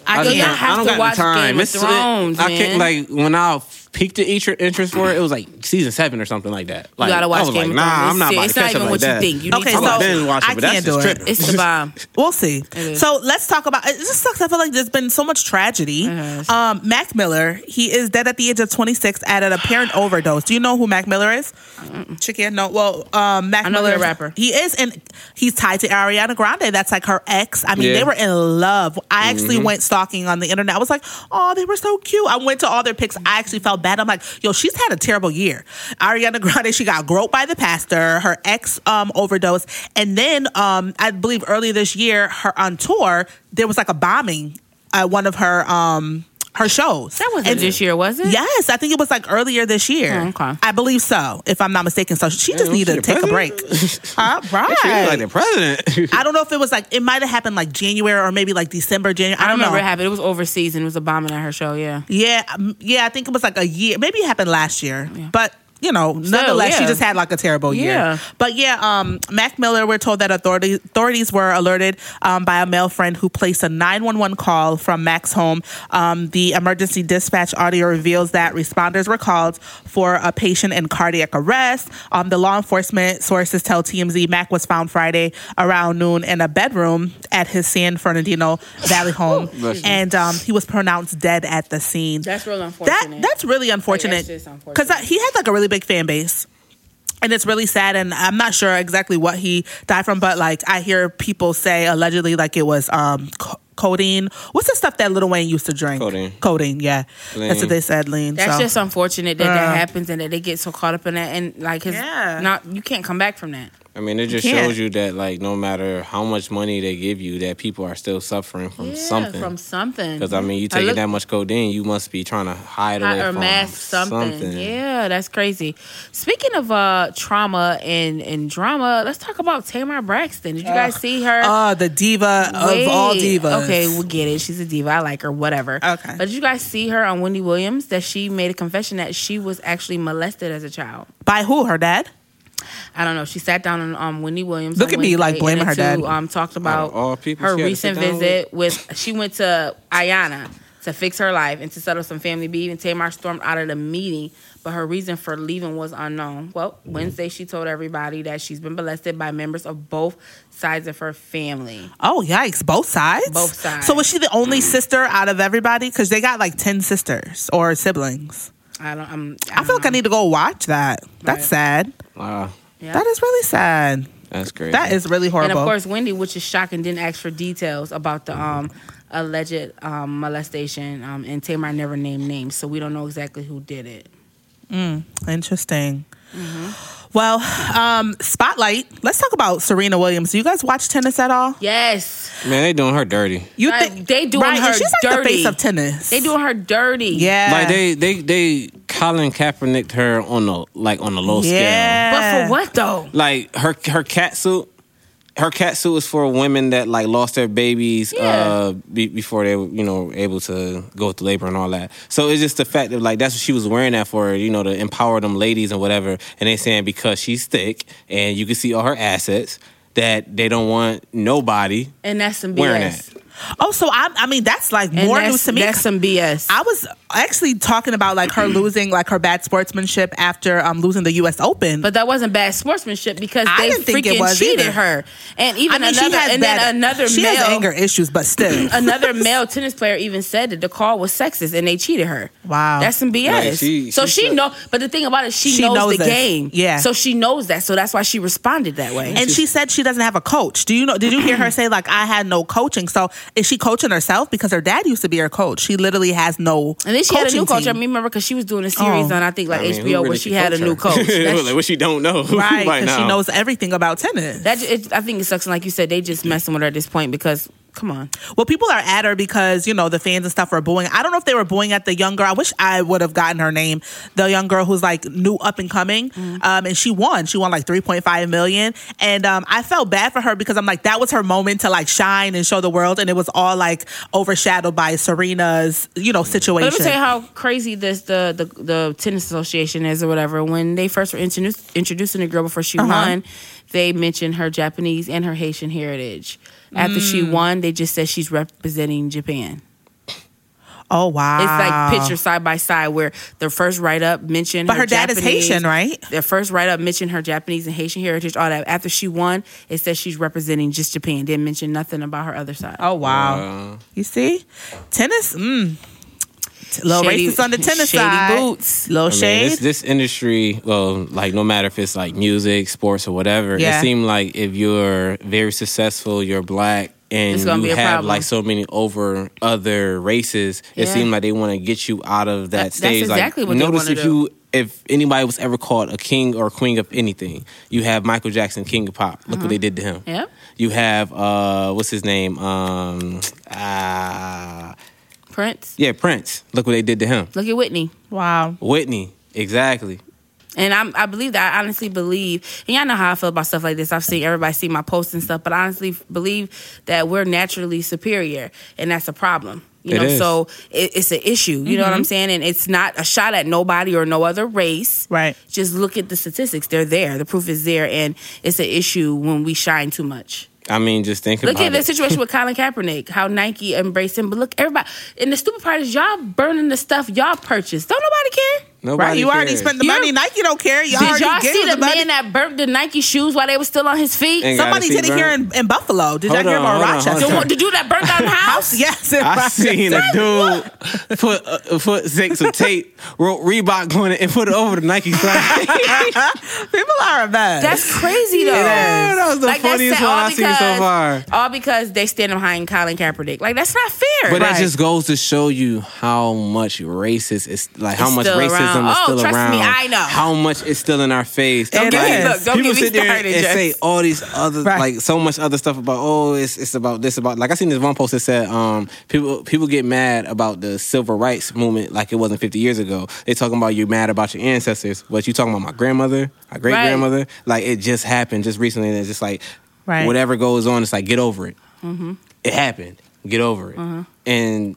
Speaker 2: I,
Speaker 3: just
Speaker 2: do not
Speaker 3: don't-
Speaker 2: have
Speaker 3: don't
Speaker 2: to
Speaker 3: got the
Speaker 2: watch Game of
Speaker 3: It's- it-
Speaker 2: Thrones,
Speaker 3: I
Speaker 2: man.
Speaker 3: can't like when I peaked the inter- interest for it. It was like season seven or something like that. Like,
Speaker 2: you gotta
Speaker 3: I
Speaker 2: watch
Speaker 3: was
Speaker 2: Game
Speaker 3: like,
Speaker 2: of Thrones.
Speaker 3: Nah, I'm
Speaker 2: It's
Speaker 3: not
Speaker 2: serious.
Speaker 3: about to
Speaker 2: It's
Speaker 3: catch
Speaker 2: not even
Speaker 3: up
Speaker 2: what
Speaker 3: like that.
Speaker 2: you think. You need
Speaker 1: Okay,
Speaker 2: to
Speaker 1: so-
Speaker 2: watch it.
Speaker 3: binge watch
Speaker 1: I
Speaker 3: it, but that's
Speaker 1: can't do
Speaker 3: just
Speaker 1: it.
Speaker 3: tripping.
Speaker 2: It's
Speaker 1: [LAUGHS]
Speaker 2: the bomb.
Speaker 1: We'll see.
Speaker 2: is.
Speaker 1: So let's talk about. It just sucks. I feel like there's been so much tragedy.
Speaker 2: has.
Speaker 1: Um, Mac Miller, he is dead at the age of 26 at an apparent overdose. Do you know who Mac Miller is? Chicken? No. Well, um, Mac
Speaker 2: I know
Speaker 1: Miller,
Speaker 2: they're a rapper.
Speaker 1: He is, and he's tied to Ariana Grande. That's like her ex. I mean,
Speaker 3: Yeah.
Speaker 1: they were in love. I actually went stalking on the internet. I was like, oh, they were so cute. I went to all their pics. I actually felt bad. I'm like, yo, she's had a terrible year. Ariana [LAUGHS] Grande, she got groped by the pastor. Her ex um, overdosed, and then um, I believe earlier this year, her on tour, there was like a bombing at one of her um, her shows.
Speaker 2: That wasn't
Speaker 1: And-
Speaker 2: this year, was it?
Speaker 1: Yes, I think it was like earlier this year.
Speaker 2: Oh, okay.
Speaker 1: I believe so, if I'm not mistaken. So she just
Speaker 3: Damn,
Speaker 1: needed
Speaker 3: she
Speaker 1: to
Speaker 3: the
Speaker 1: take a break.
Speaker 3: president?
Speaker 1: All right.
Speaker 3: She was like the president. [LAUGHS]
Speaker 1: I don't know if it was like it might have happened like January or maybe like December, January. I
Speaker 2: I
Speaker 1: don't
Speaker 2: remember
Speaker 1: know.
Speaker 2: it happened. It was overseas and it was a bombing at her show. Yeah.
Speaker 1: Yeah, um, yeah, I think it was like a year. Maybe it happened last year, but. You know, nonetheless, she
Speaker 2: yeah.
Speaker 1: just had like a terrible year.
Speaker 2: Yeah.
Speaker 1: But yeah, um, Mac Miller, we're told that authority, authorities were alerted um, by a male friend who placed a 911 call from Mac's home. Um, the emergency dispatch audio reveals that responders were called for a patient in cardiac arrest. Um, the law enforcement sources tell TMZ Mac was found Friday around noon in a bedroom at his San Fernandino Valley home.
Speaker 3: [LAUGHS] Bless you.
Speaker 1: and um, he was pronounced dead at the scene.
Speaker 2: That's real
Speaker 1: That
Speaker 2: unfortunate.
Speaker 1: that's really unfortunate
Speaker 2: Like, that's just unfortunate.
Speaker 1: because he had like a really big fan base, and it's really sad. And I'm not sure exactly what he died from, but like I hear people say allegedly like it was um co- codeine. What's the stuff that Little Wayne used to drink?
Speaker 3: Codeine.
Speaker 1: Codeine. Yeah, that's
Speaker 3: Lean.
Speaker 1: what they said. Lean.
Speaker 2: That's
Speaker 1: so.
Speaker 2: just unfortunate that
Speaker 1: Uh.
Speaker 2: that happens and that they get so caught up in that and like his
Speaker 1: Yeah.
Speaker 2: not you can't come back from that.
Speaker 3: I mean, it just
Speaker 1: can't.
Speaker 3: shows you that like no matter how much money they give you, that people are still suffering from something.
Speaker 2: From something.
Speaker 3: Because I mean, you
Speaker 2: I
Speaker 3: taking
Speaker 2: look-
Speaker 3: that much codeine, you must be trying to hide away
Speaker 2: or
Speaker 3: from
Speaker 2: mask something. Yeah, that's crazy. Speaking of uh trauma and and drama, let's talk about Tamar Braxton. Did you guys see her?
Speaker 1: Oh, the diva
Speaker 2: Wait.
Speaker 1: of all divas.
Speaker 2: Okay, we'll get it. She's a diva. I like her. Whatever.
Speaker 1: Okay.
Speaker 2: But did you guys see her on Wendy Williams that she made a confession that she was actually molested as a child?
Speaker 1: By who? Her dad?
Speaker 2: I don't know. She sat down on um, Wendy Williams.
Speaker 1: Look
Speaker 2: on
Speaker 1: at me, like,
Speaker 2: Wednesday,
Speaker 1: blaming
Speaker 2: and
Speaker 1: her
Speaker 2: the two,
Speaker 1: dad.
Speaker 2: Um, talked about
Speaker 3: all people
Speaker 2: her
Speaker 3: she had to
Speaker 2: recent
Speaker 3: sit down
Speaker 2: visit with. She went to Ayana to fix her life and to settle some family beef. And Tamar stormed out of the meeting, but her reason for leaving was unknown. Well, Wednesday she told everybody that she's been molested by members of both sides of her family.
Speaker 1: Oh yikes! Both sides.
Speaker 2: Both sides.
Speaker 1: So was she the only sister out of everybody? Because they got like ten sisters or siblings.
Speaker 2: I don't. I'm, I,
Speaker 1: I feel like I need to go watch that. That's
Speaker 2: Mm-hmm. Right.
Speaker 1: sad.
Speaker 3: Wow,
Speaker 1: That is really sad.
Speaker 3: that's crazy.
Speaker 1: That is really horrible.
Speaker 2: And of course, Wendy, which is shocking, didn't ask for details about the um, alleged um, molestation. Um, and Tamar never named names, so we don't know exactly who did it.
Speaker 1: Interesting.
Speaker 2: Mm-hmm.
Speaker 1: Well, um, spotlight. Let's talk about Serena Williams. Do you guys watch tennis at all?
Speaker 2: Yes.
Speaker 3: Man, they doing her dirty.
Speaker 1: You
Speaker 2: Like, they doing
Speaker 1: right, and
Speaker 2: her
Speaker 1: she's like the
Speaker 2: dirty.
Speaker 1: face of tennis.
Speaker 2: They doing her dirty.
Speaker 1: yeah,
Speaker 3: Like they they they Colin Kaepernicked her on the like on the low scale.
Speaker 1: yeah.
Speaker 2: But for what though?
Speaker 3: Like her her cat suit. Her cat suit is for women that like lost their babies uh, be, before they were, you know were able to go through labor and all that. So it's just the fact that like that's what she was wearing that for, you know, to empower them ladies and whatever. And they saying because she's thick and you can see all her assets that they don't want nobody
Speaker 2: And that's some BS.
Speaker 3: wearing that.
Speaker 1: Oh, so I, I mean, that's like
Speaker 2: And
Speaker 1: more
Speaker 2: that's,
Speaker 1: news to me.
Speaker 2: That's some BS.
Speaker 1: I was actually talking about like her losing like her bad sportsmanship after um losing the U.S. Open.
Speaker 2: But that wasn't bad sportsmanship because
Speaker 1: I
Speaker 2: they
Speaker 1: didn't think it
Speaker 2: freaking
Speaker 1: was
Speaker 2: cheated
Speaker 1: either.
Speaker 2: her. And even
Speaker 1: I mean,
Speaker 2: another
Speaker 1: she has
Speaker 2: and
Speaker 1: bad-
Speaker 2: then another
Speaker 1: she
Speaker 2: male
Speaker 1: has anger issues, but still,
Speaker 2: [CLEARS THROAT] another male tennis player even said that the call was sexist and they cheated her.
Speaker 1: Wow.
Speaker 2: That's some BS.
Speaker 3: Like, she-
Speaker 2: so
Speaker 3: she
Speaker 2: she
Speaker 3: said-
Speaker 2: know but the thing about it, she,
Speaker 1: She
Speaker 2: knows,
Speaker 1: knows
Speaker 2: the
Speaker 1: this.
Speaker 2: game.
Speaker 1: Yeah.
Speaker 2: So she knows that. So that's why she responded that way.
Speaker 1: and she said she doesn't have a coach. Do you know? Did you hear her say like I had no coaching? So is she coaching herself because her dad used to be her coach? She literally has no.
Speaker 2: and then she had a
Speaker 1: coaching
Speaker 2: new coach. I
Speaker 1: team.
Speaker 2: mean, remember because she was doing a series
Speaker 1: Oh.
Speaker 2: on I think like
Speaker 3: I mean, who
Speaker 2: HBO where
Speaker 3: really
Speaker 2: she
Speaker 3: can
Speaker 2: had a
Speaker 3: coach
Speaker 2: new
Speaker 3: her?
Speaker 2: coach. That's-
Speaker 3: [LAUGHS] like what she don't know [LAUGHS]
Speaker 1: right? Because
Speaker 3: now.
Speaker 1: she knows everything about tennis.
Speaker 2: That ju- it, I think it sucks, and like you said, they just messing with her at this point because come on,
Speaker 1: Well, people are at her because you know the fans and stuff were booing. I don't know if they were booing at the young girl. I wish I would have gotten her name. The young girl who's like new up and coming,
Speaker 2: Mm.
Speaker 1: um, and she won. She won like three point five million, and um, I felt bad for her because I'm like that was her moment to like shine and show the world, and it was all like overshadowed by Serena's you know situation.
Speaker 2: but let me tell you how crazy this the, the the tennis association is or whatever. When they first were introduced, introducing the girl before she
Speaker 1: Uh-huh.
Speaker 2: won, they mentioned her Japanese and her Haitian heritage. After she
Speaker 1: Mm.
Speaker 2: won, they just said she's representing Japan.
Speaker 1: oh wow,
Speaker 2: It's like pictures side by side where the first write up mentioned.
Speaker 1: But her dad is
Speaker 2: Japanese-
Speaker 1: Haitian, right?
Speaker 2: Their first write up mentioned her Japanese and Haitian heritage. All that. After she won, it says she's representing just Japan. Didn't mention nothing about her other side.
Speaker 1: Oh wow, you see, tennis. Mm, T- little
Speaker 2: Shady-
Speaker 1: racist on the tennis
Speaker 2: [LAUGHS] shady
Speaker 1: side.
Speaker 2: boots.
Speaker 1: Little
Speaker 3: I
Speaker 1: shade.
Speaker 3: mean, this, this industry, well, like no matter if it's like music, sports, or whatever,
Speaker 1: Yeah.
Speaker 3: it seems like if you're very successful, you're black, and
Speaker 2: It's gonna be
Speaker 3: you
Speaker 2: a
Speaker 3: have
Speaker 2: problem.
Speaker 3: like so many over other races, it
Speaker 2: Yeah.
Speaker 3: seems like they want to get you out of that,
Speaker 2: That's- that's
Speaker 3: stage.
Speaker 2: exactly
Speaker 3: like,
Speaker 2: what they
Speaker 3: notice
Speaker 2: wanna
Speaker 3: if
Speaker 2: do.
Speaker 3: you. If anybody was ever called a king or queen of anything, you have Michael Jackson, king of pop. Look
Speaker 2: Uh-huh.
Speaker 3: what they did to him.
Speaker 2: Yep.
Speaker 3: You have uh, what's his name? Um, ah,
Speaker 2: Prince,
Speaker 3: yeah, Prince. Look what they did to him.
Speaker 2: look at Whitney.
Speaker 1: wow.
Speaker 3: Whitney, exactly.
Speaker 2: And I'm, I believe that. I honestly believe, and y'all know how I feel about stuff like this. I've seen everybody see my posts and stuff, but I honestly f- believe that we're naturally superior, and that's a problem. You
Speaker 3: It
Speaker 2: know,
Speaker 3: is. Mm-hmm.
Speaker 2: so it, it's an issue. You know what I'm saying? And it's not a shot at nobody or no other race.
Speaker 1: Right.
Speaker 2: Just look at the statistics. They're there. The proof is there, and it's an issue when we shine too much.
Speaker 3: I mean, just think
Speaker 2: Look
Speaker 3: about
Speaker 2: at the
Speaker 3: it.
Speaker 2: situation
Speaker 3: [LAUGHS]
Speaker 2: with Colin Kaepernick, how Nike embraced him. But look, everybody, and the stupid part is y'all burning the stuff y'all purchased. Don't nobody care.
Speaker 3: Nobody
Speaker 1: Right, you already
Speaker 3: cares.
Speaker 1: spent the
Speaker 2: You're-
Speaker 1: money. Nike don't care. You
Speaker 2: Did
Speaker 1: already
Speaker 2: y'all
Speaker 1: gave
Speaker 2: see
Speaker 1: the,
Speaker 2: the,
Speaker 1: money.
Speaker 2: man that burnt the Nike shoes while they were still on his feet?
Speaker 3: And got-
Speaker 1: Somebody
Speaker 3: Gotta
Speaker 1: did
Speaker 3: see
Speaker 1: it here
Speaker 3: burnt.
Speaker 1: in, in Buffalo. Did y'all
Speaker 3: Hold
Speaker 1: hear
Speaker 3: on,
Speaker 1: about
Speaker 3: hold on,
Speaker 1: Rochester?
Speaker 2: the,
Speaker 3: hold
Speaker 2: one- the dude that burnt down the house?
Speaker 1: [LAUGHS] Yes, in [LAUGHS]
Speaker 3: I
Speaker 1: Rochester.
Speaker 3: seen a dude put a, a foot six of tape, wrote Reebok on it, and put it over the Nike sign.
Speaker 1: [LAUGHS] People are a mess.
Speaker 2: That's crazy though.
Speaker 3: Yeah, that was the
Speaker 2: that's
Speaker 3: funniest
Speaker 2: sad,
Speaker 3: one
Speaker 2: all
Speaker 3: I've seen so
Speaker 2: because-
Speaker 3: far.
Speaker 2: All because they stand behind Colin Kaepernick. Like that's not fair.
Speaker 3: but that
Speaker 1: Right.
Speaker 3: just goes to show you how much racist is like how
Speaker 2: It's
Speaker 3: much
Speaker 2: still
Speaker 3: racism
Speaker 2: around.
Speaker 3: is
Speaker 2: Oh,
Speaker 3: still
Speaker 2: trust me,
Speaker 3: around.
Speaker 2: I know.
Speaker 3: how much is still in our face.
Speaker 1: Don't get me- look,
Speaker 2: don't
Speaker 3: people
Speaker 2: get me
Speaker 3: sit there and,
Speaker 2: started,
Speaker 3: and
Speaker 2: Jess.
Speaker 3: say all these other
Speaker 1: Right.
Speaker 3: like so much other stuff about oh it's it's about this about like I seen this one post that said um people people get mad about the civil rights movement like it wasn't 50 years ago. They talking about you mad about your ancestors, but you talking about my grandmother, my great grandmother. Like it just happened just recently. And it's just like
Speaker 1: Right. Mm-hmm.
Speaker 3: whatever goes on, it's like get over it it happened. Get over it. And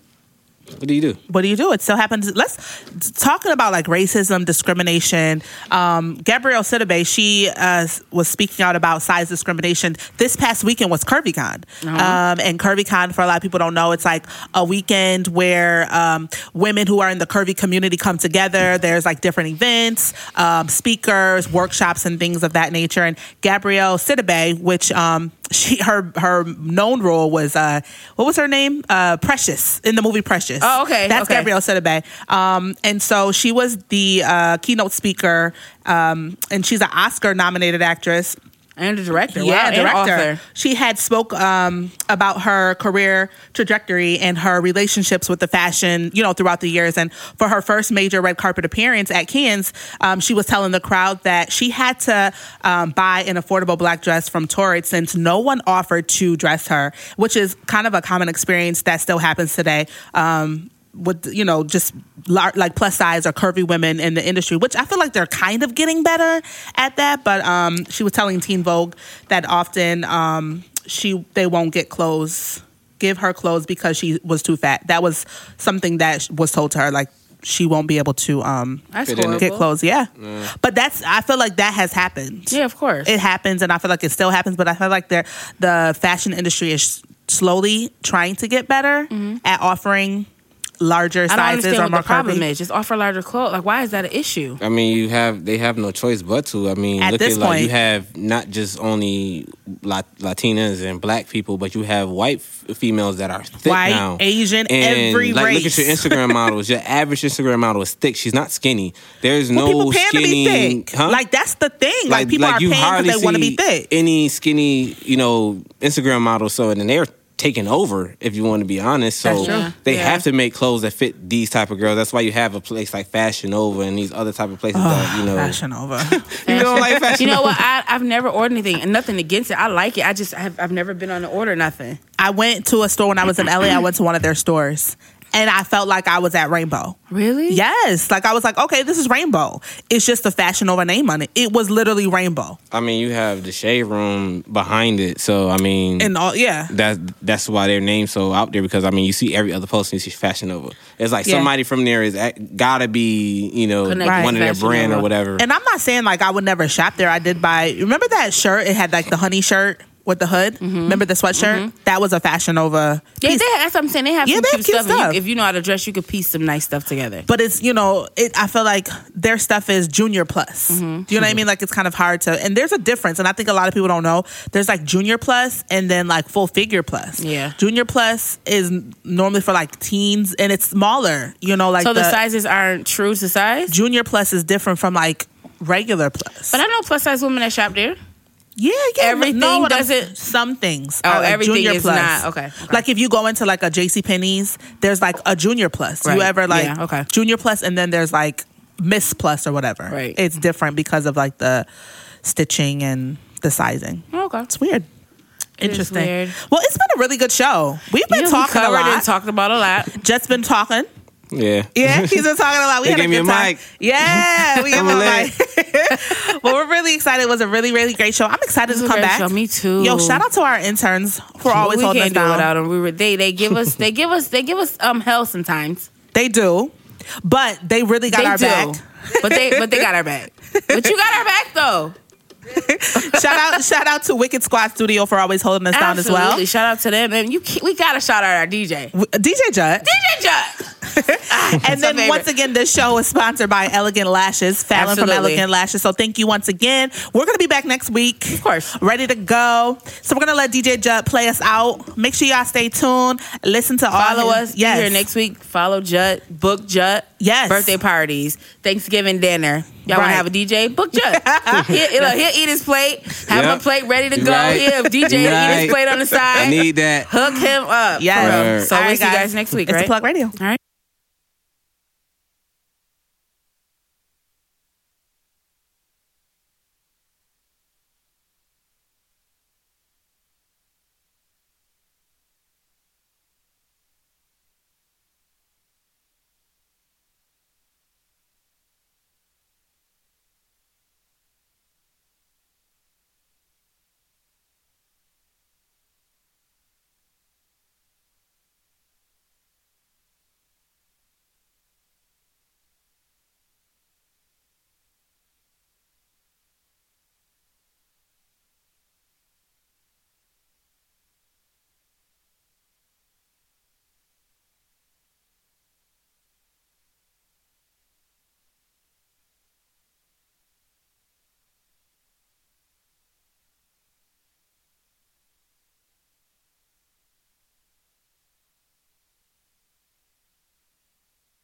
Speaker 3: what do you do?
Speaker 1: what do you do? It still happens. Let's talking about like racism, discrimination. Um, Gabrielle Sidibe, she uh, was speaking out about size discrimination. This past weekend was CurvyCon, um, and CurvyCon for a lot of people don't know, it's like a weekend where um, women who are in the curvy community come together. There's like different events, um, speakers, workshops, and things of that nature. And Gabrielle Sidibe, which um, she her her known role was uh, what was her name? Uh, Precious in the movie Precious.
Speaker 2: Oh, okay,
Speaker 1: That's
Speaker 2: okay.
Speaker 1: Gabrielle Sidibe. Um, and so she was the uh, keynote speaker, um, and she's an Oscar nominated actress.
Speaker 2: And the director.
Speaker 1: yeah,
Speaker 2: wow,
Speaker 1: director.
Speaker 2: And author.
Speaker 1: She had spoke um, about her career trajectory and her relationships with the fashion, you know, throughout the years. And for her first major red carpet appearance at Cannes, um, she was telling the crowd that she had to um, buy an affordable black dress from Torrid since no one offered to dress her, which is kind of a common experience that still happens today. Um, with you know just lar- like plus size or curvy women in the industry which i feel like they're kind of getting better at that but um she was telling teen vogue that often um she they won't get clothes give her clothes because she was too fat that was something that sh- was told to her like she won't be able to um
Speaker 2: That's
Speaker 3: Fit in
Speaker 2: horrible.
Speaker 3: it.
Speaker 1: get clothes yeah but that's i feel like that has happened
Speaker 2: Yeah, of course.
Speaker 1: it happens and i feel like it still happens but i feel like the the fashion industry is slowly trying to get better at offering larger
Speaker 2: Mm-hmm. I don't
Speaker 1: sizes
Speaker 2: understand
Speaker 1: or
Speaker 2: what
Speaker 1: more
Speaker 2: the problem
Speaker 1: curvy.
Speaker 2: is. Just offer larger clothes. Like, why is that an issue?
Speaker 3: I mean, you have they have no choice but to. I mean,
Speaker 1: At
Speaker 3: look
Speaker 1: this
Speaker 3: at like you
Speaker 1: point-
Speaker 3: have not just only Lat- Latinas and Black people, but you have white f- females that are thick
Speaker 1: White,
Speaker 3: now.
Speaker 1: Asian,
Speaker 3: and,
Speaker 1: every
Speaker 3: like, Look
Speaker 1: race.
Speaker 3: at your
Speaker 1: [LAUGHS]
Speaker 3: Instagram models. Your average Instagram model is thick. She's not skinny. There's
Speaker 1: Well, people
Speaker 3: no
Speaker 1: paying to
Speaker 3: skinny.
Speaker 1: be thick.
Speaker 3: Huh?
Speaker 1: Like that's the thing. Like, people are paying
Speaker 3: you
Speaker 1: because
Speaker 3: hardly
Speaker 1: they want to be
Speaker 3: see
Speaker 1: thick.
Speaker 3: Any skinny, you know, Instagram model, so and then they're taking over. If you want to be honest, so
Speaker 2: That's true.
Speaker 3: they
Speaker 2: Yeah.
Speaker 3: have to make clothes that fit these type of girls. That's why you have a place like Fashion Nova and these other type of places that you know.
Speaker 1: Fashion over. [LAUGHS]
Speaker 3: You don't like
Speaker 2: [LAUGHS]
Speaker 3: Fashion
Speaker 2: You know what? I, I've never ordered anything and nothing against it. I like it. I just, I've, I've never been on an order nothing.
Speaker 1: I went to a store when I was in LA. I went to one of their stores, and I felt like I was at Rainbow.
Speaker 2: Really? Yeah.
Speaker 1: Yes, like I was like, okay, this is Rainbow. It's just the fashion over name on it. It was literally Rainbow,
Speaker 3: I mean, you have the shade room behind it, so I mean,
Speaker 1: and all yeah.
Speaker 3: that's that's why their name's so out there because I mean you see every other post and you see Fashion Nova. It's like
Speaker 1: Yeah.
Speaker 3: somebody from there is at, gotta be you know
Speaker 2: Connected
Speaker 3: one
Speaker 2: to
Speaker 3: of their
Speaker 2: Fashion
Speaker 3: brand
Speaker 2: Nova.
Speaker 3: or whatever.
Speaker 1: And I'm not saying like I would never shop there. I did buy. Remember that shirt? It had like the honey shirt with the hood. Remember the sweatshirt? That was a Fashion Nova.
Speaker 2: Mm-hmm. Yeah,
Speaker 1: piece.
Speaker 2: they, that's what I'm saying. They have
Speaker 1: Yeah,
Speaker 2: some
Speaker 1: they have
Speaker 2: cute,
Speaker 1: cute
Speaker 2: stuff. and you-
Speaker 1: stuff.
Speaker 2: if you know how to dress, you could piece some nice stuff together.
Speaker 1: but it's you know, it. I feel like their stuff is junior plus.
Speaker 2: Mm-hmm.
Speaker 1: Do you know what I mean? Like it's kind of hard to. And there's a difference, and I think a lot of people don't know. There's like junior plus, and then like full figure plus.
Speaker 2: Yeah.
Speaker 1: junior plus is n- normally for like teens, and it's smaller. You know, like
Speaker 2: so the, sizes aren't true to size?
Speaker 1: junior plus is different from like regular plus.
Speaker 2: But I know plus size women that shop there.
Speaker 1: Yeah, yeah.
Speaker 2: Everything
Speaker 1: no, what I'm-
Speaker 2: doesn't-
Speaker 1: Some things.
Speaker 2: Oh,
Speaker 1: are, like,
Speaker 2: everything
Speaker 1: junior
Speaker 2: is
Speaker 1: plus.
Speaker 2: not- okay, okay.
Speaker 1: Like if you go into like a J.C. Penney's, there's like a junior plus.
Speaker 2: Right,
Speaker 1: You ever like
Speaker 2: yeah, okay.
Speaker 1: junior plus, and then there's like Miss Plus or whatever.
Speaker 2: Right.
Speaker 1: It's different because of like the stitching and the sizing.
Speaker 2: Oh, Okay.
Speaker 1: It's weird.
Speaker 2: is
Speaker 1: Interesting.
Speaker 2: weird.
Speaker 1: Well, it's been a really good show. We've been
Speaker 2: You know, we
Speaker 1: talking a
Speaker 2: covered
Speaker 1: lot.
Speaker 2: and talked about a lot.
Speaker 1: Just been talking.
Speaker 3: yeah,
Speaker 1: [LAUGHS] Yeah, he's been talking a lot. We
Speaker 3: They
Speaker 1: had
Speaker 3: gave
Speaker 1: a
Speaker 3: me
Speaker 1: good
Speaker 3: a
Speaker 1: time.
Speaker 3: mic.
Speaker 1: [LAUGHS] Yeah, we gave him
Speaker 3: [LAUGHS] I'm
Speaker 1: a
Speaker 3: lit.
Speaker 1: mic. [LAUGHS] well, we're really excited. It was a really, really great show. I'm excited
Speaker 2: This
Speaker 1: to
Speaker 2: is a
Speaker 1: come
Speaker 2: great
Speaker 1: back.
Speaker 2: show. Me too.
Speaker 1: Yo, shout out to our interns for always
Speaker 2: we
Speaker 1: holding us
Speaker 2: can't do it
Speaker 1: down.
Speaker 2: without them. We were, they they give us they give us they give us um hell sometimes.
Speaker 1: They do, but they really got
Speaker 2: they
Speaker 1: our
Speaker 2: do,
Speaker 1: back.
Speaker 2: but they but they got our back. But you got our back
Speaker 1: [LAUGHS]
Speaker 2: though. [LAUGHS]
Speaker 1: shout out, shout out to Wicked Squad Studio for always holding us
Speaker 2: Absolutely.
Speaker 1: down as well.
Speaker 2: Shout out to them, and you can't- we gotta shout out our DJ.
Speaker 1: W- DJ
Speaker 2: [LAUGHS]
Speaker 1: Judd.
Speaker 2: DJ Jack.
Speaker 1: and
Speaker 2: my
Speaker 1: then
Speaker 2: favorite.
Speaker 1: once again, this show is sponsored by Elegant Lashes, Fallon from
Speaker 2: Absolutely.
Speaker 1: Elegant Lashes. So thank you once again. We're gonna be back next week, of
Speaker 2: course.
Speaker 1: ready to go. So we're gonna let DJ Judd play us out. Make sure y'all stay tuned. Listen to
Speaker 2: Follow
Speaker 1: all
Speaker 2: us. Be
Speaker 1: Yes,
Speaker 2: Here next week. Follow Jut. Book Jut.
Speaker 1: Yes.
Speaker 2: Birthday parties. Thanksgiving dinner. Y'all all
Speaker 1: Right.
Speaker 2: want to have a DJ?
Speaker 1: [LAUGHS]
Speaker 2: Book Jut. he'll, look, he'll eat his plate. Have
Speaker 3: Yep.
Speaker 2: a plate ready to
Speaker 3: You
Speaker 2: go.
Speaker 3: right.
Speaker 2: He'll DJ
Speaker 3: You
Speaker 2: to eat
Speaker 3: right.
Speaker 2: his plate on the
Speaker 3: I
Speaker 2: side.
Speaker 3: need that.
Speaker 2: Hook him up.
Speaker 1: Yes.
Speaker 2: For real. So
Speaker 1: All
Speaker 2: we'll
Speaker 1: right,
Speaker 2: see you
Speaker 1: guys.
Speaker 2: guys next week,
Speaker 1: It's
Speaker 2: right?
Speaker 1: the Plug Radio.
Speaker 2: All right.